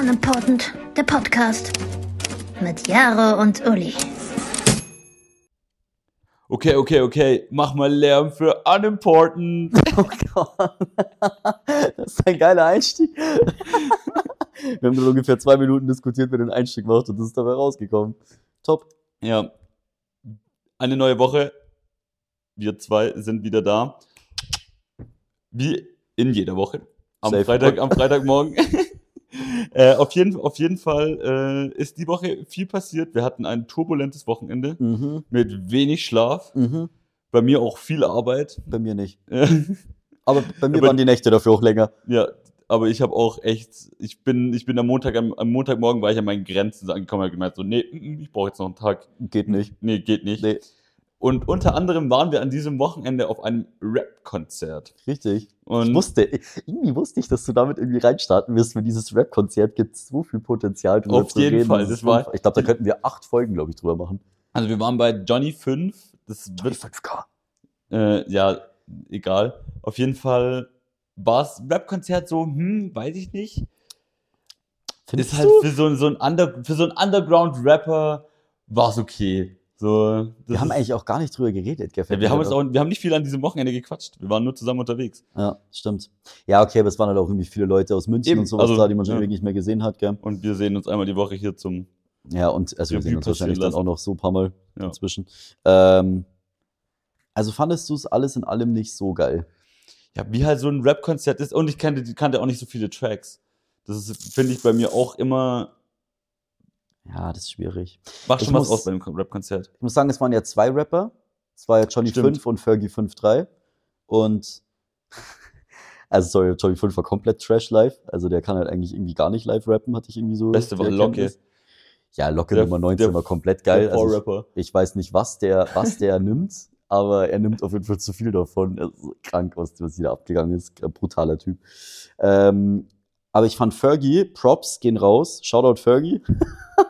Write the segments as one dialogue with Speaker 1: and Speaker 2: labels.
Speaker 1: Unimportant, der Podcast mit Jaro und Uli.
Speaker 2: Okay, okay, okay, mach mal Lärm für unimportant.
Speaker 3: Oh Gott. Das ist ein geiler Einstieg. Wir haben nur ungefähr zwei Minuten diskutiert, wer den Einstieg macht und das ist dabei rausgekommen. Top.
Speaker 2: Ja, eine neue Woche. Wir zwei sind wieder da. Wie in jeder Woche. Am,
Speaker 3: Safe.
Speaker 2: Freitag, am Freitagmorgen. äh, auf, jeden, auf jeden Fall äh, ist die Woche viel passiert. Wir hatten ein turbulentes Wochenende
Speaker 3: Mhm.
Speaker 2: mit wenig Schlaf.
Speaker 3: Mhm.
Speaker 2: Bei mir auch viel Arbeit.
Speaker 3: Bei mir nicht.
Speaker 2: ja,
Speaker 3: Aber bei mir
Speaker 2: Aber-
Speaker 3: waren die Nächte dafür auch länger.
Speaker 2: aber ich habe auch echt, ich bin, ich bin am Montag, am, am Montagmorgen war ich an meinen Grenzen angekommen und hab gemeint, so, nee, mm, mm, ich brauche jetzt noch einen Tag.
Speaker 3: Geht nicht.
Speaker 2: Nee, geht nicht.
Speaker 3: Nee,
Speaker 2: Und unter anderem waren wir an diesem Wochenende auf einem Rap-Konzert.
Speaker 3: richtig.
Speaker 2: Und
Speaker 3: Ich wusste, irgendwie wusste ich, dass du damit irgendwie reinstarten wirst, weil dieses Rap-Konzert gibt so viel Potenzial drüber
Speaker 2: Auf jeden Fall, das
Speaker 3: ist
Speaker 2: war-
Speaker 3: unfassbar. ich glaube, da könnten wir acht Folgen, glaube ich, drüber machen.
Speaker 2: also wir waren bei Johnny 5. Das wird
Speaker 3: 5K.
Speaker 2: äh, ja egal. Auf jeden Fall war es Rap-Konzert so, hm, weiß ich nicht.
Speaker 3: Findest
Speaker 2: Ist
Speaker 3: du?
Speaker 2: halt für so, so ein Under, für so einen Underground-Rapper war es okay. So, das
Speaker 3: wir haben
Speaker 2: ist-
Speaker 3: eigentlich auch gar nicht drüber geredet, gell?
Speaker 2: ja, wir haben uns auch, wir haben nicht viel an diesem Wochenende gequatscht. Wir waren nur zusammen unterwegs.
Speaker 3: Ja, stimmt. Ja, okay, aber es waren halt auch irgendwie viele Leute aus München
Speaker 2: Eben,
Speaker 3: und sowas
Speaker 2: also,
Speaker 3: da, die man schon
Speaker 2: ja.
Speaker 3: ewig nicht mehr gesehen hat, gell?
Speaker 2: Und wir sehen uns einmal die Woche hier zum.
Speaker 3: Ja, und also wir
Speaker 2: Revue
Speaker 3: sehen
Speaker 2: passieren
Speaker 3: uns wahrscheinlich dann
Speaker 2: lassen.
Speaker 3: auch noch so ein paar Mal
Speaker 2: Ja.
Speaker 3: dazwischen. Ähm, also fandest du es alles in allem nicht so geil?
Speaker 2: Ja, wie halt so ein Rap-Konzert ist. Und ich kannte, kannte auch nicht so viele Tracks. Das ist, finde ich, bei mir auch immer.
Speaker 3: Ja, das ist schwierig.
Speaker 2: Macht
Speaker 3: Ich
Speaker 2: schon was
Speaker 3: muss-
Speaker 2: aus bei einem Rap-Konzert.
Speaker 3: Ich muss sagen, es waren ja zwei Rapper. Es war ja Johnny
Speaker 2: Stimmt.
Speaker 3: 5 und Fergie 5.3. Und also sorry, Johnny 5 war komplett Trash live. Also der kann halt eigentlich irgendwie gar nicht live rappen, hatte ich irgendwie so.
Speaker 2: Beste
Speaker 3: die
Speaker 2: war Locke.
Speaker 3: Erkenntnis. Ja, Locke
Speaker 2: Der-
Speaker 3: Nummer 19
Speaker 2: der-
Speaker 3: war komplett geil.
Speaker 2: Der
Speaker 3: Also ich-
Speaker 2: Vorrapper.
Speaker 3: Ich weiß nicht, was der, was der nimmt, aber er nimmt auf jeden Fall zu viel davon. Er ist krank, was, was hier abgegangen ist. Ein brutaler Typ. Ähm, aber ich fand Fergie, Props gehen raus. Shoutout Fergie.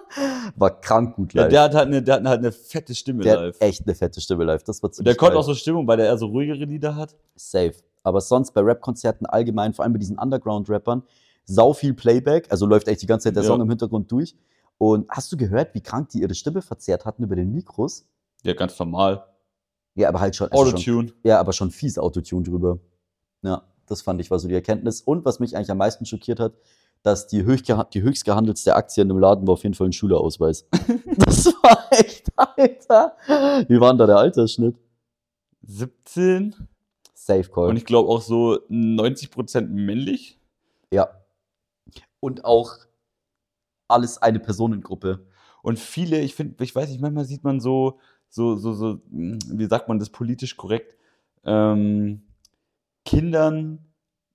Speaker 3: War krank gut
Speaker 2: Ja,
Speaker 3: live.
Speaker 2: der hat halt eine, der hat halt eine fette Stimme
Speaker 3: Der
Speaker 2: live.
Speaker 3: hat echt eine fette Stimme live. Das war
Speaker 2: Und
Speaker 3: ziemlich
Speaker 2: der konnte
Speaker 3: geil.
Speaker 2: auch so Stimmung, weil der eher so ruhigere Lieder hat.
Speaker 3: safe. Aber sonst bei Rap-Konzerten allgemein, vor allem bei diesen Underground-Rappern, sau viel Playback. Also läuft echt die ganze Zeit der
Speaker 2: Ja.
Speaker 3: Song im Hintergrund durch. Und hast du gehört, wie krank die ihre Stimme verzerrt hatten über den Mikros?
Speaker 2: Ja, ganz normal.
Speaker 3: Ja, aber halt schon.
Speaker 2: Oh,
Speaker 3: also schon
Speaker 2: Autotune.
Speaker 3: Ja, aber schon fies Autotune drüber. Ja, das fand ich war so die Erkenntnis. Und was mich eigentlich am meisten schockiert hat, dass die, höchstgeha die höchst gehandelste Aktie in dem Laden war auf jeden Fall ein Schülerausweis. das war echt, Alter. Wie war denn da der Altersschnitt?
Speaker 2: 17.
Speaker 3: Safe Call.
Speaker 2: Und ich glaube auch so 90% männlich.
Speaker 3: ja. Und auch alles eine Personengruppe.
Speaker 2: Und viele, ich finde, ich weiß nicht, manchmal sieht man so, so, so, so, mh, wie sagt man das politisch korrekt, ähm, Kindern,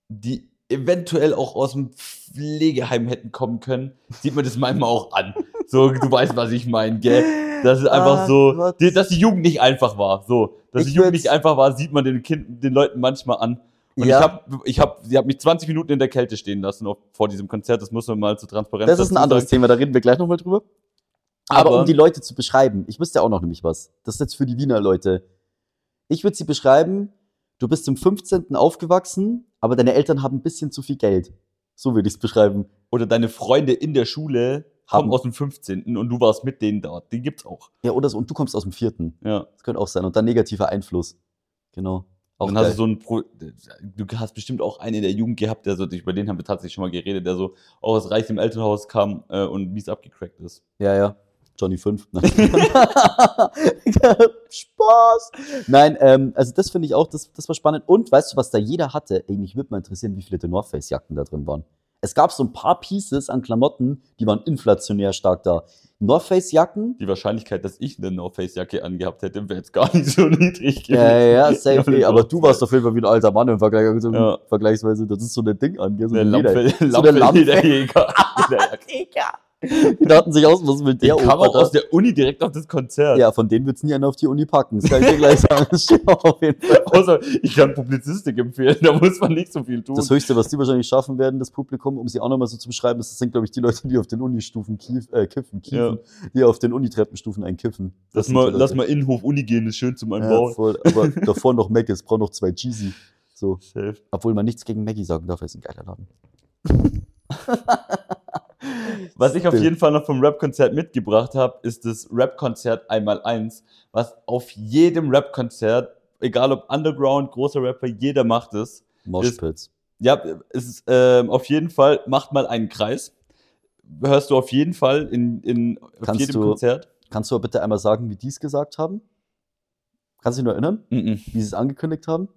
Speaker 2: die eventuell auch aus dem Pflegeheim hätten kommen können, sieht man das manchmal auch an. So, du weißt, was ich meine, gell? Das ist einfach
Speaker 3: Ah,
Speaker 2: so,
Speaker 3: Gott.
Speaker 2: die, dass die Jugend nicht einfach war. So, dass
Speaker 3: Ich
Speaker 2: die Jugend
Speaker 3: würd's-
Speaker 2: nicht einfach war, sieht man den Kind, den Leuten manchmal an. Und
Speaker 3: Ja.
Speaker 2: ich habe, ich habe, sie hat mich 20 Minuten in der Kälte stehen lassen auf, vor diesem Konzert. Das muss man mal zur Transparenz.
Speaker 3: Das ist ein
Speaker 2: dazu
Speaker 3: anderes
Speaker 2: sagen.
Speaker 3: Thema, da reden wir gleich nochmal drüber. Aber, um die Leute zu beschreiben, ich wüsste ja auch noch nämlich was. Das ist jetzt für die Wiener Leute. Ich würde sie beschreiben, du bist im 15. aufgewachsen, aber deine Eltern haben ein bisschen zu viel Geld. So würde ich es beschreiben.
Speaker 2: oder deine Freunde in der Schule
Speaker 3: Haben.
Speaker 2: kommen aus dem 15. und du warst mit denen dort. Die gibt's auch.
Speaker 3: Ja, oder so. Und du kommst aus dem 4.
Speaker 2: Ja.
Speaker 3: Das könnte auch sein. Und dann negativer Einfluss. Genau. Auch
Speaker 2: dann hast du so ein Pro du hast bestimmt auch einen in der Jugend gehabt, der so über den haben wir tatsächlich schon mal geredet, der so auch aus reichem Elternhaus kam äh, und mies abgecrackt ist.
Speaker 3: Ja, ja. Johnny 5. Nein. Spaß. Nein, ähm, also das finde ich auch, das, das war spannend. Und weißt du, was da jeder hatte? Ey, mich würde mal interessieren, wie viele The North Face Jacken da drin waren. Es gab so ein paar Pieces an Klamotten, die waren inflationär stark da. North Face Jacken?
Speaker 2: Die Wahrscheinlichkeit, dass ich eine No-Face-Jacke angehabt hätte, wäre jetzt gar nicht so niedrig gewesen.
Speaker 3: Ja, ja, ja, safely.
Speaker 2: Ja,
Speaker 3: Aber du warst auf jeden Fall wie ein alter Mann im Vergleich, also
Speaker 2: Ja.
Speaker 3: vergleichsweise. Das ist so ein Ding an, gell? So
Speaker 2: eine
Speaker 3: ein Leder-
Speaker 2: Lampe,
Speaker 3: so eine
Speaker 2: Lampe,
Speaker 3: Lampe.
Speaker 2: Lederjäger.
Speaker 3: Die dachten sich aus, was ist mit
Speaker 2: Die
Speaker 3: der
Speaker 2: kam
Speaker 3: Opa
Speaker 2: auch
Speaker 3: da?
Speaker 2: aus der Uni direkt auf das Konzert.
Speaker 3: Ja, von denen wird's nie einer auf die Uni packen. Das kann ich dir gleich sagen. Das steht auch auf jeden Fall.
Speaker 2: Außer Also, ich kann Publizistik empfehlen, da muss man nicht so viel tun.
Speaker 3: Das Höchste, was die wahrscheinlich schaffen werden, das Publikum, um sie auch nochmal so zu beschreiben, ist, das sind, glaube ich, die Leute, die auf den Unistufen kief, äh, kiffen,
Speaker 2: Ja.
Speaker 3: kiefen, die auf den Unitreppenstufen einkiffen.
Speaker 2: lass,
Speaker 3: sind
Speaker 2: mal,
Speaker 3: die
Speaker 2: lass
Speaker 3: Leute.
Speaker 2: mal Innenhof Uni gehen, ist schön zum
Speaker 3: Ja,
Speaker 2: Anbauen.
Speaker 3: voll, aber davor noch Mac, es braucht noch zwei Cheesy. So.
Speaker 2: Safe.
Speaker 3: Obwohl man nichts gegen Maggie sagen darf, er ist ein geiler Laden.
Speaker 2: Was ich auf
Speaker 3: Stimmt.
Speaker 2: jeden Fall noch vom Rap-Konzert mitgebracht habe, ist das Rap-Konzert einmal eins, was auf jedem Rap-Konzert, egal ob Underground, großer Rapper, jeder macht es.
Speaker 3: Moshpits.
Speaker 2: Ja, es ist ähm, auf jeden Fall, macht mal einen Kreis. Hörst du auf jeden Fall in, in auf
Speaker 3: Kannst
Speaker 2: jedem
Speaker 3: du-
Speaker 2: Konzert.
Speaker 3: Kannst du aber bitte einmal sagen, wie die es gesagt haben? Kannst du dich nur erinnern,
Speaker 2: Mhm.
Speaker 3: wie sie es angekündigt haben?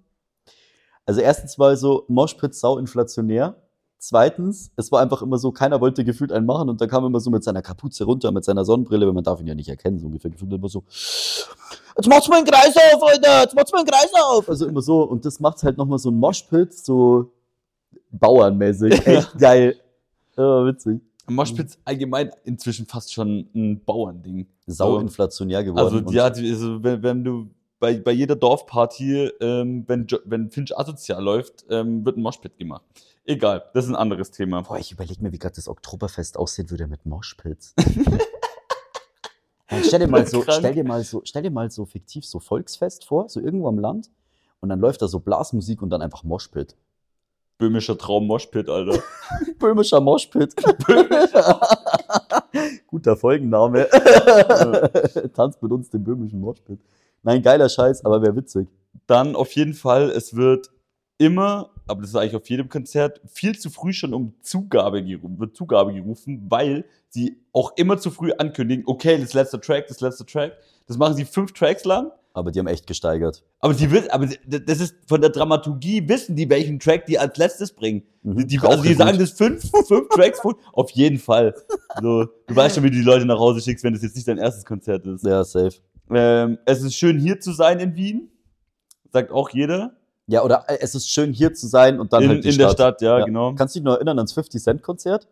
Speaker 3: Also erstens war so Moshpit sau inflationär. Zweitens, es war einfach immer so, keiner wollte gefühlt einen machen und da kam immer so mit seiner Kapuze runter, mit seiner Sonnenbrille, weil man darf ihn ja nicht erkennen, so ungefähr. Gefühlt immer so, jetzt macht's mal einen Kreis auf, Alter, jetzt macht's mal einen Kreis auf. Also immer so und das macht halt nochmal so ein Moshpit, so bauernmäßig. Echt geil. Ja, witzig.
Speaker 2: Moshpits allgemein inzwischen fast schon ein Bauernding.
Speaker 3: Sau
Speaker 2: So.
Speaker 3: inflationär geworden.
Speaker 2: Also,
Speaker 3: und-
Speaker 2: ja, die- also wenn, wenn du bei, bei jeder Dorfparty, ähm, wenn, Jo- wenn Finch asozial läuft, ähm, wird ein Moshpit gemacht. Egal, das ist ein anderes Thema.
Speaker 3: Boah, ich überlege mir, wie gerade das Oktoberfest aussehen würde mit Moshpits. Nein, stell, dir mal
Speaker 2: Das ist
Speaker 3: so,
Speaker 2: krank.
Speaker 3: stell, dir mal so, stell dir mal so fiktiv so Volksfest vor, so irgendwo am Land. Und dann läuft da so Blasmusik und dann einfach Moshpit.
Speaker 2: Böhmischer Traum Moshpit, Alter.
Speaker 3: Böhmischer Moshpit. Guter Folgenname. Tanz mit uns den böhmischen Moshpit. Nein, geiler Scheiß, aber wäre witzig.
Speaker 2: Dann auf jeden Fall, es wird immer, aber das ist eigentlich auf jedem Konzert, viel zu früh schon um Zugabe gerufen, wird Zugabe gerufen, weil sie auch immer zu früh ankündigen, okay, das letzte Track, das letzte Track. Das machen sie fünf Tracks lang
Speaker 3: Aber die haben echt gesteigert.
Speaker 2: Aber sie wissen, aber das ist von der Dramaturgie wissen die, welchen Track die als letztes bringen.
Speaker 3: Mhm.
Speaker 2: Die, die, also die
Speaker 3: Rauchgebot.
Speaker 2: sagen das fünf, fünf Tracks vor. Auf jeden Fall. So, du weißt schon, wie du die Leute nach Hause schickst, wenn das jetzt nicht dein erstes Konzert ist.
Speaker 3: Ja, safe.
Speaker 2: Ähm, es ist schön hier zu sein in Wien. Sagt auch jeder.
Speaker 3: Ja, oder äh, es ist schön hier zu sein und dann
Speaker 2: in
Speaker 3: halt die
Speaker 2: in
Speaker 3: Stadt.
Speaker 2: der Stadt, ja,
Speaker 3: Ja.
Speaker 2: genau.
Speaker 3: Kannst du dich noch erinnern ans 50 Cent Konzert?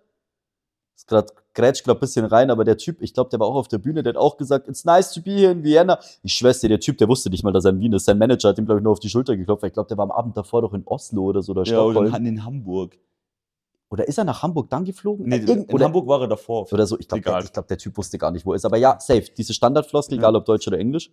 Speaker 3: Ist gerade grätscht gerade ein bisschen rein, aber der Typ, ich glaube, der war auch auf der Bühne, der hat auch gesagt, it's nice to be here in Vienna. Ich schwöre dir, der Typ, der wusste nicht mal, dass er in Wien ist. Sein Manager hat ihm, glaube ich, nur auf die Schulter geklopft. weil Ich glaube, der war am Abend davor doch in Oslo oder so oder
Speaker 2: Ja, oder
Speaker 3: Stockholm.
Speaker 2: in, Han- in Hamburg.
Speaker 3: oder ist er nach Hamburg dann geflogen?
Speaker 2: Nee,
Speaker 3: Äh, irgend-
Speaker 2: in
Speaker 3: oder,
Speaker 2: Hamburg war er davor.
Speaker 3: oder so. Ich glaube,
Speaker 2: Egal.
Speaker 3: der, ich glaub, der Typ wusste gar nicht, wo er ist. Aber ja, safe. Diese Standardfloskel,
Speaker 2: Ja.
Speaker 3: egal ob Deutsch oder Englisch.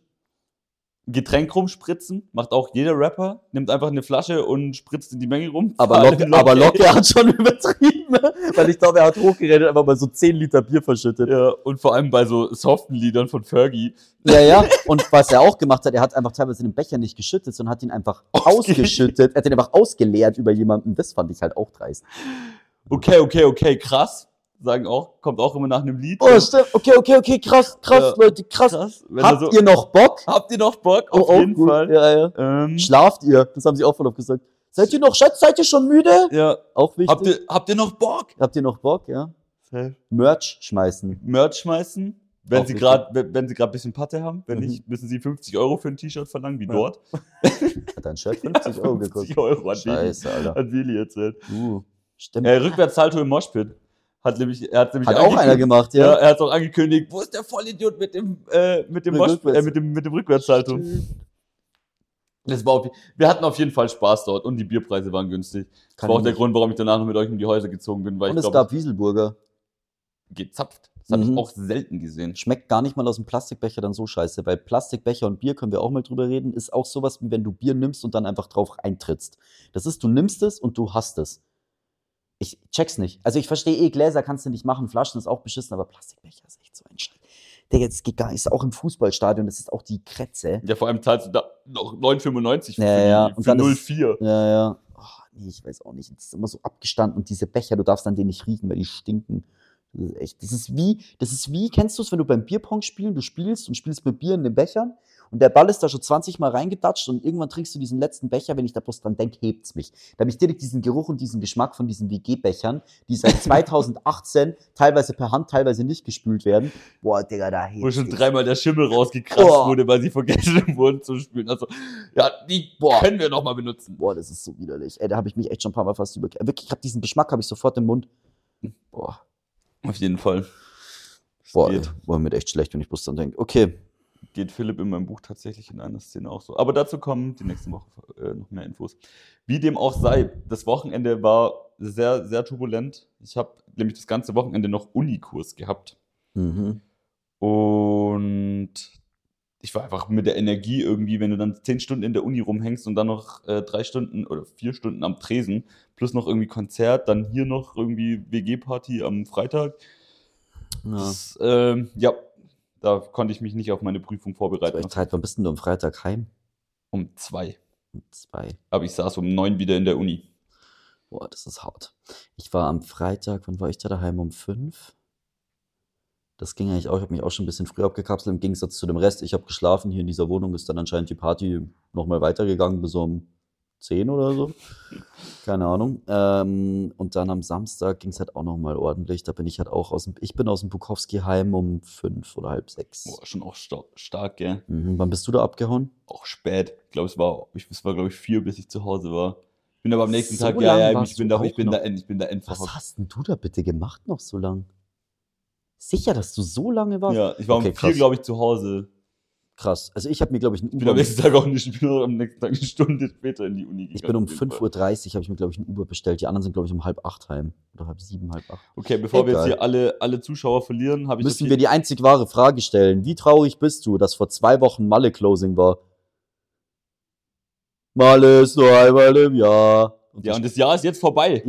Speaker 2: Getränk rumspritzen, macht auch jeder Rapper, nimmt einfach eine Flasche und spritzt in die Menge rum.
Speaker 3: Aber
Speaker 2: Alle
Speaker 3: Locke, aber Locke hat schon übertrieben, weil ich glaube, er hat hochgeredet, einfach mal so 10 Liter Bier verschüttet.
Speaker 2: Ja, und vor allem bei so soften Liedern von Fergie.
Speaker 3: Ja, ja. Und was er auch gemacht hat, er hat einfach teilweise den Becher nicht geschüttet, sondern hat ihn einfach
Speaker 2: Ausge-
Speaker 3: ausgeschüttet. Er hat ihn einfach ausgeleert über jemanden. Das fand ich halt auch dreist.
Speaker 2: okay, okay, okay, krass. Sagen auch, kommt auch immer nach einem Lied.
Speaker 3: Oh, stimmt. Okay, okay, okay. Krass, krass, Leute, krass.
Speaker 2: krass. Wenn
Speaker 3: Habt
Speaker 2: du so,
Speaker 3: ihr noch Bock?
Speaker 2: habt ihr noch Bock?
Speaker 3: Oh,
Speaker 2: Auf
Speaker 3: oh,
Speaker 2: jeden
Speaker 3: gut.
Speaker 2: Fall.
Speaker 3: Ja, ja.
Speaker 2: Ähm,
Speaker 3: Schlaft ihr? Das haben sie auch voll oft gesagt. Seid ihr noch, Schatz, seid ihr schon müde?
Speaker 2: ja.
Speaker 3: Auch wichtig.
Speaker 2: Habt ihr, habt ihr noch Bock?
Speaker 3: Habt ihr noch Bock, ja? Merch schmeißen.
Speaker 2: Merch schmeißen. Wenn
Speaker 3: Auch
Speaker 2: sie
Speaker 3: wichtig.
Speaker 2: gerade wenn wenn sie gerade ein bisschen Patte haben, wenn
Speaker 3: Mhm.
Speaker 2: nicht, müssen sie 50 Euro für ein T-Shirt verlangen, wie
Speaker 3: Ja.
Speaker 2: dort.
Speaker 3: Hat dein Shirt 50 Euro
Speaker 2: 50
Speaker 3: gekostet.
Speaker 2: Euro an Willi,
Speaker 3: Scheiße, Alter.
Speaker 2: an Willi erzählt.
Speaker 3: Uh, stimmt.
Speaker 2: Äh, Rückwärtssalto im Moshpit. Hat nämlich, er hat nämlich
Speaker 3: Hat auch
Speaker 2: angekündigt-
Speaker 3: einer gemacht,
Speaker 2: Ja,
Speaker 3: ja.
Speaker 2: er hat auch angekündigt, wo ist der Vollidiot mit dem, äh, mit dem,
Speaker 3: Mit
Speaker 2: Mosh,
Speaker 3: Rückwärts-
Speaker 2: äh, mit dem, mit dem
Speaker 3: also,
Speaker 2: Rückwärtssalto? Das war auf, wir hatten auf jeden Fall Spaß dort und die Bierpreise waren günstig. Das
Speaker 3: Kann
Speaker 2: war auch
Speaker 3: ich
Speaker 2: der
Speaker 3: nicht.
Speaker 2: Grund, warum ich danach noch mit euch in die Häuser gezogen bin, weil
Speaker 3: Und
Speaker 2: ich
Speaker 3: es
Speaker 2: glaube,
Speaker 3: gab Wieselburger.
Speaker 2: gezapft. Das habe
Speaker 3: Mhm.
Speaker 2: ich auch selten gesehen.
Speaker 3: schmeckt gar nicht mal aus dem Plastikbecher dann so scheiße, weil Plastikbecher und Bier können wir auch mal drüber reden, ist auch sowas, wie wenn du Bier nimmst und dann einfach drauf eintrittst. Das ist, du nimmst es und du hast es. Ich check's nicht. Also ich verstehe eh, Gläser kannst du nicht machen, Flaschen ist auch beschissen, aber Plastikbecher ist echt so ein Scheiß. Der jetzt geht gar nicht, ist auch im Fußballstadion, das ist auch die Kretze.
Speaker 2: Ja, vor allem zahlst du da noch 9,95 für,
Speaker 3: Ja,
Speaker 2: die-
Speaker 3: ja,
Speaker 2: für
Speaker 3: und dann ist-
Speaker 2: 0,4.
Speaker 3: Ja, ja. Oh, nee, ich weiß auch nicht. Das ist immer so abgestanden und diese Becher, du darfst an denen nicht riechen, weil die stinken. Das ist echt. Das ist wie, das ist wie, kennst du es, wenn du beim Bierpong spielen, du spielst und spielst mit Bier in den Bechern und der Ball ist da schon 20 Mal reingedatscht und irgendwann trinkst du diesen letzten Becher, wenn ich da bloß dran denke, hebt's mich. Da habe ich direkt diesen Geruch und diesen Geschmack von diesen WG-Bechern, die seit 2018 teilweise per Hand, teilweise nicht gespült werden. Boah, Digga, da hebt's
Speaker 2: Wo schon
Speaker 3: mich.
Speaker 2: dreimal der Schimmel rausgekratzt
Speaker 3: Boah.
Speaker 2: wurde, weil sie vergessen wurden zu spielen. Also, ja, die
Speaker 3: Boah.
Speaker 2: können wir noch mal benutzen.
Speaker 3: Boah, das ist so widerlich. Ey, da habe ich mich echt schon ein paar Mal fast über. Wirklich, ich habe diesen Geschmack, habe ich sofort im Mund. Boah.
Speaker 2: Auf jeden Fall.
Speaker 3: Boah,
Speaker 2: Geht.
Speaker 3: war mir echt schlecht, wenn ich bloß dann denke. Okay,
Speaker 2: geht Philipp in meinem Buch tatsächlich in einer Szene auch so. Aber dazu kommen die nächste Woche äh, noch mehr Infos. Wie dem auch sei, das Wochenende war sehr, sehr turbulent. Ich habe nämlich das ganze Wochenende noch Unikurs gehabt.
Speaker 3: mhm.
Speaker 2: Und ich war einfach mit der Energie irgendwie, wenn du dann zehn Stunden in der Uni rumhängst und dann noch äh, drei Stunden oder vier Stunden am Tresen, plus noch irgendwie Konzert, dann hier noch irgendwie WG-Party am Freitag.
Speaker 3: Ja.
Speaker 2: Das, ähm, ja, da konnte ich mich nicht auf meine Prüfung vorbereiten.
Speaker 3: Echt halt, wann bist denn du am Freitag heim?
Speaker 2: Um zwei.
Speaker 3: Um zwei.
Speaker 2: Aber ich saß um neun wieder in der Uni.
Speaker 3: Boah, das ist hart. Ich war am Freitag, wann war ich da daheim? Um fünf? Das ging eigentlich auch. Ich habe mich auch schon ein bisschen früher abgekapselt im Gegensatz zu dem Rest. Ich habe geschlafen hier in dieser Wohnung, ist dann anscheinend die Party nochmal weitergegangen bis um 10 oder so. Keine Ahnung. Ähm, und dann am Samstag ging es halt auch nochmal ordentlich. Da bin ich halt auch aus dem, ich bin aus dem Bukowski heim um 5 oder halb 6.
Speaker 2: Boah, schon auch sta stark, gell?
Speaker 3: Mhm. Wann bist du da abgehauen?
Speaker 2: Auch spät. Ich glaube, es war, ich, es war glaube ich, vier, bis ich zu Hause war. Ich bin aber am nächsten
Speaker 3: So
Speaker 2: Tag, ja,
Speaker 3: lang
Speaker 2: ja, ich
Speaker 3: warst
Speaker 2: bin
Speaker 3: du
Speaker 2: da, ich
Speaker 3: auch
Speaker 2: bin
Speaker 3: noch-
Speaker 2: da, end- ich bin da endverhockt.
Speaker 3: Was hast denn du da bitte gemacht noch so lang? Sicher, dass du so lange warst?
Speaker 2: Ja, ich war
Speaker 3: Okay,
Speaker 2: um vier,
Speaker 3: krass.
Speaker 2: glaube ich, zu Hause.
Speaker 3: Krass. Also ich habe mir, glaube ich, einen
Speaker 2: Ich bin am
Speaker 3: Uber.
Speaker 2: nächsten Tag auch nicht, ich bin am nächsten Tag eine Stunde später in die Uni gegangen.
Speaker 3: Ich bin um
Speaker 2: auf jeden
Speaker 3: 5.30
Speaker 2: Fall.
Speaker 3: Uhr habe ich mir, glaube ich, einen Uber bestellt. Die anderen sind, glaube ich, um halb acht heim. Oder halb sieben, halb acht.
Speaker 2: Okay, bevor wir jetzt
Speaker 3: Egal.
Speaker 2: hier alle, alle Zuschauer verlieren, habe ich
Speaker 3: Müssen
Speaker 2: auf
Speaker 3: wir
Speaker 2: jeden-
Speaker 3: die einzig wahre Frage stellen. Wie traurig bist du, dass vor zwei Wochen Malle-Closing war? Malle ist nur einmal im Jahr. Und
Speaker 2: Ja,
Speaker 3: das-
Speaker 2: und das Jahr ist jetzt vorbei.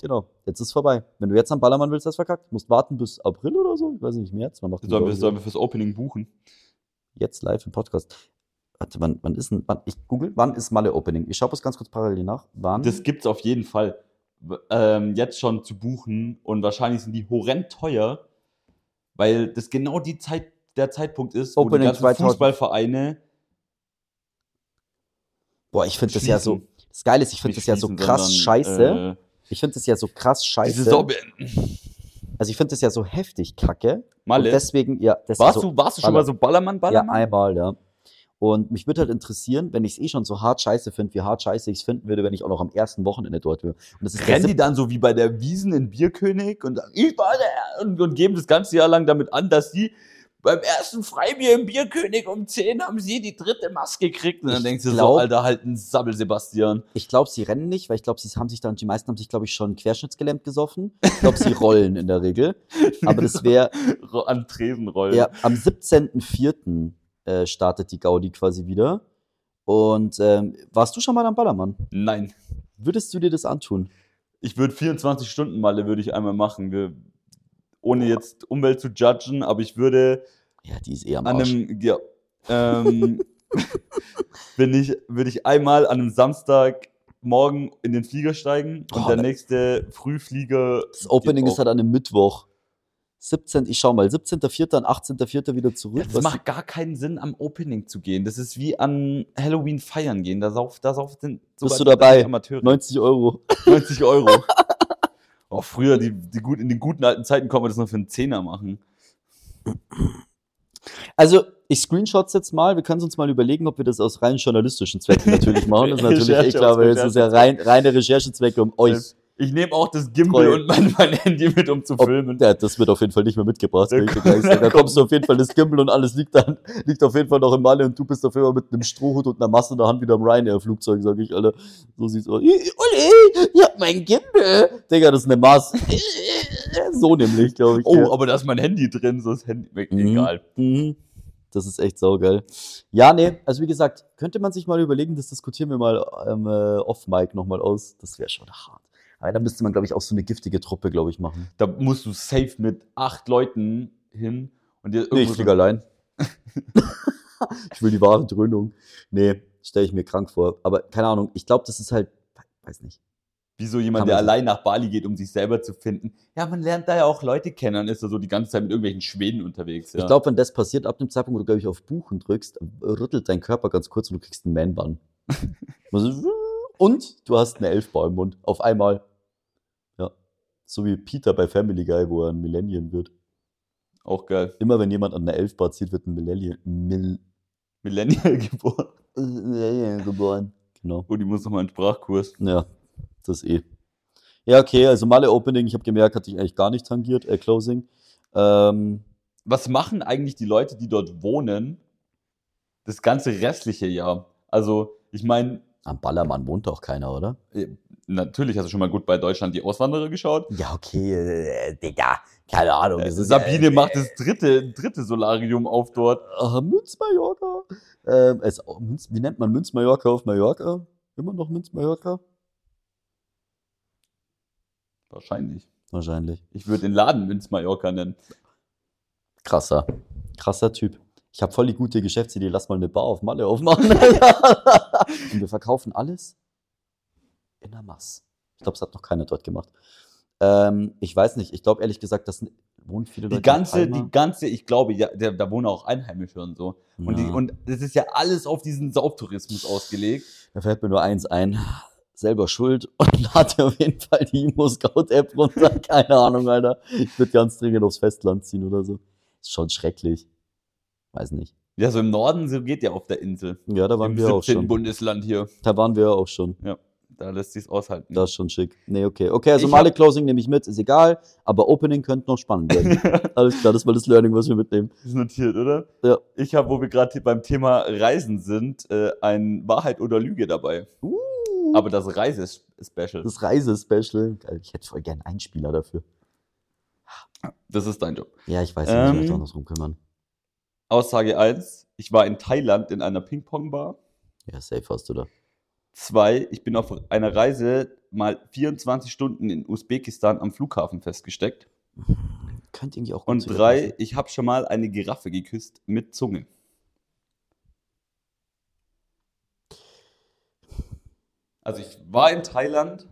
Speaker 3: genau. Jetzt ist vorbei. Wenn du jetzt am Ballermann willst, hast du verkackt. Du musst warten bis April oder so. Ich weiß nicht, März. Man macht
Speaker 2: Sollen wir,
Speaker 3: Pause.
Speaker 2: sollen wir fürs Opening buchen?
Speaker 3: jetzt live im Podcast. Warte, wann, wann ist denn, wann, ich google, wann ist Malle-Opening? Ich schaue das ganz kurz parallel nach. Wann?
Speaker 2: Das gibt's auf jeden Fall. W- Ähm, jetzt schon zu buchen und wahrscheinlich sind die horrend teuer, weil das genau die Zeit, der Zeitpunkt ist, wo die
Speaker 3: Opening
Speaker 2: ganzen
Speaker 3: 2000.
Speaker 2: Fußballvereine
Speaker 3: Boah, ich finde das ja so,
Speaker 2: schließen.
Speaker 3: das Geile ist, ich finde
Speaker 2: Nicht
Speaker 3: das ja so
Speaker 2: schließen,
Speaker 3: krass
Speaker 2: sondern, Äh,
Speaker 3: scheiße. Ich finde das ja so krass
Speaker 2: die
Speaker 3: scheiße.
Speaker 2: Saison beenden.
Speaker 3: Also ich finde das ja so heftig kacke. Und
Speaker 2: Malle,
Speaker 3: deswegen, ja, deswegen
Speaker 2: warst,
Speaker 3: so,
Speaker 2: du, warst du schon mal so Ballermann,
Speaker 3: ja,
Speaker 2: Ballermann?
Speaker 3: einmal, ja. Und mich würde halt interessieren, wenn ich es eh schon so hart scheiße finde, wie hart scheiße ich es finden würde, wenn ich auch noch am ersten Wochenende dort wäre. Und das ist der
Speaker 2: Rennen die
Speaker 3: siebte-
Speaker 2: dann so wie bei der Wiesen in Bierkönig und sagen, ich war der und, und geben das ganze Jahr lang damit an, dass sie beim ersten Freibier im Bierkönig um 10 haben sie die dritte Maske gekriegt. Und dann
Speaker 3: Ich
Speaker 2: denkst du so,
Speaker 3: glaub-
Speaker 2: Alter, halt ein Sabbel, Sebastian.
Speaker 3: ich glaube, sie rennen nicht, weil ich glaube, sie haben sich dann, die meisten haben sich, glaube ich, schon querschnittsgelähmt gesoffen. Ich glaube, sie rollen in der Regel. Aber das wäre,
Speaker 2: Ro- An Tresen rollen.
Speaker 3: Ja, am 17.04. äh, startet die Gaudi quasi wieder. Und ähm, warst du schon mal am Ballermann?
Speaker 2: Nein.
Speaker 3: Würdest du dir das antun?
Speaker 2: Ich würde 24 Stunden Malle würde ich einmal machen. Wir, ohne jetzt Umwelt zu judgen, aber ich würde
Speaker 3: Ja, die ist eher am
Speaker 2: an
Speaker 3: Arsch.
Speaker 2: einem, ja, ähm, bin ich, würde ich einmal an einem Samstagmorgen in den Flieger steigen und
Speaker 3: Oh,
Speaker 2: der
Speaker 3: ne-
Speaker 2: nächste Frühflieger.
Speaker 3: das Opening
Speaker 2: geht
Speaker 3: ist
Speaker 2: auch.
Speaker 3: halt an einem Mittwoch. 17. Ich schau mal, 17.04. und 18.04. wieder zurück.
Speaker 2: Das
Speaker 3: Was-
Speaker 2: macht gar keinen Sinn, am Opening zu gehen. Das ist wie an Halloween feiern gehen. Da sauft, da sauft sind
Speaker 3: Bist
Speaker 2: sogar
Speaker 3: du dabei?
Speaker 2: die Amateure.
Speaker 3: 90 Euro.
Speaker 2: 90 Euro. Oh, früher, die, die gut, in den guten alten Zeiten konnte man das noch für einen Zehner machen.
Speaker 3: Also, ich screenshots jetzt mal. Wir können uns mal überlegen, ob wir das aus rein journalistischen Zwecken natürlich machen. Das ist natürlich, eh ich
Speaker 2: Recherche aus
Speaker 3: glaube, das ist ja rein, reine Recherchezwecke, um euch.
Speaker 2: Ähm, Ich nehme auch das Gimbal
Speaker 3: Toll. Oh,
Speaker 2: und mein, mein Handy mit, um zu
Speaker 3: Ob-
Speaker 2: filmen.
Speaker 3: Ja, das wird auf jeden Fall nicht mehr mitgebracht.
Speaker 2: Da
Speaker 3: kann ich dir
Speaker 2: kommt-
Speaker 3: gleich sagen.
Speaker 2: da
Speaker 3: Da kommst du auf jeden Fall das Gimbal und alles liegt dann, liegt auf jeden Fall noch im Malle und du bist auf jeden Fall mit einem Strohhut und einer Masse in der Hand wieder im Ryanair-Flugzeug, sag ich, Alter. So sieht's aus. Ih, Uli, ich hab mein Gimbal. Digga, das ist eine Maß. So nämlich, glaube ich.
Speaker 2: Oh,
Speaker 3: ja.
Speaker 2: aber da ist mein Handy drin, so ist Handy weg.
Speaker 3: Mhm.
Speaker 2: Egal.
Speaker 3: Mhm. Das ist echt saugeil. Ja, nee, also wie gesagt, könnte man sich mal überlegen, das diskutieren wir mal ähm, äh, off-Mic nochmal aus. Das wäre schon hart. Aber dann müsste man, glaube ich, auch so eine giftige Truppe, glaube ich, machen.
Speaker 2: Da musst du safe mit acht Leuten hin und dir
Speaker 3: Nee, ich
Speaker 2: irgendwo
Speaker 3: fliege allein. ich will die wahre Dröhnung. Nee, stelle ich mir krank vor. Aber keine Ahnung, ich glaube, das ist halt, weiß nicht.
Speaker 2: wie so
Speaker 3: Kann
Speaker 2: jemand, der
Speaker 3: man-
Speaker 2: allein nach Bali geht, um sich selber zu finden. Ja, man lernt da ja auch Leute kennen und ist da so die ganze Zeit mit irgendwelchen Schweden unterwegs. Ja.
Speaker 3: Ich glaube, wenn das passiert, ab dem Zeitpunkt, wo du, glaube ich, auf Buchen drückst, rüttelt dein Körper ganz kurz und du kriegst einen Man-Bun. Also, und du hast eine Elfbar im Mund. Auf einmal. Ja. So wie Peter bei Family Guy, wo er ein Millennium wird.
Speaker 2: auch geil.
Speaker 3: Immer wenn jemand an eine Elfbar zieht, wird ein Millennium, Mil
Speaker 2: Millennial geboren.
Speaker 3: Millennium geboren. Genau.
Speaker 2: Und die muss nochmal in den Sprachkurs.
Speaker 3: Ja, das eh. Ja, okay, also Malle Opening, ich habe gemerkt, hatte ich eigentlich gar nicht tangiert, äh, Closing. Ähm,
Speaker 2: was machen eigentlich die Leute, die dort wohnen, das ganze restliche Jahr? Also, ich meine,
Speaker 3: Am Ballermann wohnt doch keiner, oder?
Speaker 2: Natürlich hast du schon mal gut bei Deutschland die Auswanderer geschaut.
Speaker 3: Ja, okay, äh, Digga, keine Ahnung.
Speaker 2: Äh,
Speaker 3: es ist-
Speaker 2: Sabine
Speaker 3: äh,
Speaker 2: macht das dritte, dritte Solarium auf dort.
Speaker 3: Ah, Münz Mallorca. Ähm, es, oh, Münz, wie nennt man Münz Mallorca auf Mallorca? Immer noch Münz Mallorca?
Speaker 2: Wahrscheinlich.
Speaker 3: Wahrscheinlich.
Speaker 2: Ich würde den Laden Münz Mallorca nennen.
Speaker 3: Krasser. Krasser Typ. Ich habe voll die gute Geschäftsidee. Lass mal eine Bar auf Malle aufmachen. Und wir verkaufen alles in der Mass. Ich glaube, es hat noch keiner dort gemacht. Ähm, ich weiß nicht. Ich glaube ehrlich gesagt, das wohnen viele Leute.
Speaker 2: Die ganze, die ganze, ich glaube, ja, da, da wohnen auch Einheimische und so. Und, die, und es ist ja alles auf diesen Sauftourismus ausgelegt.
Speaker 3: Da fällt mir nur eins ein. Selber schuld und lade auf jeden Fall die Immo-Scout-App runter. Keine Ahnung, Alter. Ich würde ganz dringend aufs Festland ziehen oder so. Ist schon schrecklich. Weiß nicht.
Speaker 2: Ja, so im Norden, so geht ja auf der Insel.
Speaker 3: Ja, da waren
Speaker 2: Im
Speaker 3: wir auch
Speaker 2: 17.
Speaker 3: schon.
Speaker 2: Bundesland hier.
Speaker 3: Da waren wir auch schon.
Speaker 2: Da lässt sich's aushalten.
Speaker 3: Das ist schon schick. Nee, okay. Okay, also
Speaker 2: Ich
Speaker 3: Male Closing nehme ich mit, ist egal, aber Opening könnte noch spannend werden. Alles klar, das war das Learning, was wir mitnehmen.
Speaker 2: Ist notiert, oder?
Speaker 3: Ja.
Speaker 2: Ich habe, wo wir gerade beim Thema Reisen sind, äh, ein Wahrheit oder Lüge dabei. Aber das Reise-Special,
Speaker 3: Uh, Das Reisespecial. Geil, Ich hätte voll gern einen Spieler dafür.
Speaker 2: das ist dein Job.
Speaker 3: Ja, ich weiß, ich muss mich
Speaker 2: Ähm.
Speaker 3: auch noch drum kümmern.
Speaker 2: Aussage 1, ich war in Thailand in einer Ping-Pong-Bar.
Speaker 3: Ja, safe hast du da.
Speaker 2: 2, ich bin auf einer Reise mal 24 Stunden in Usbekistan am Flughafen festgesteckt.
Speaker 3: Könnte irgendwie auch gut
Speaker 2: Und
Speaker 3: zu dir
Speaker 2: 3,
Speaker 3: passen.
Speaker 2: ich habe schon mal eine Giraffe geküsst mit Zunge. Also ich war in Thailand.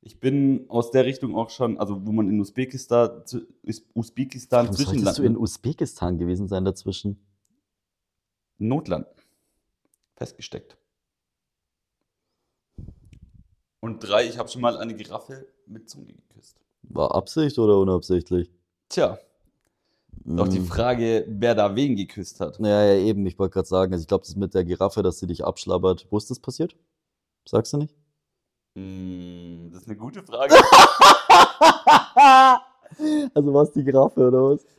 Speaker 2: Ich bin aus der Richtung auch schon, also wo man in Usbekistan, zu- Us- Usbekistan
Speaker 3: Warum solltest du in
Speaker 2: zwischenlandet,
Speaker 3: Usbekistan gewesen sein dazwischen?
Speaker 2: Notland festgesteckt. Und drei, ich habe schon mal eine Giraffe mit Zunge geküsst.
Speaker 3: War Absicht oder unabsichtlich?
Speaker 2: Tja, doch die
Speaker 3: Hm.
Speaker 2: Frage, wer da wen geküsst hat.
Speaker 3: Ja, ja, eben. Ich wollte gerade sagen, also ich glaube, das mit der Giraffe, dass sie dich abschlabbert. Wo ist das passiert? Sagst du nicht?
Speaker 2: Hm, das ist eine gute Frage.
Speaker 3: also war es die Giraffe oder was?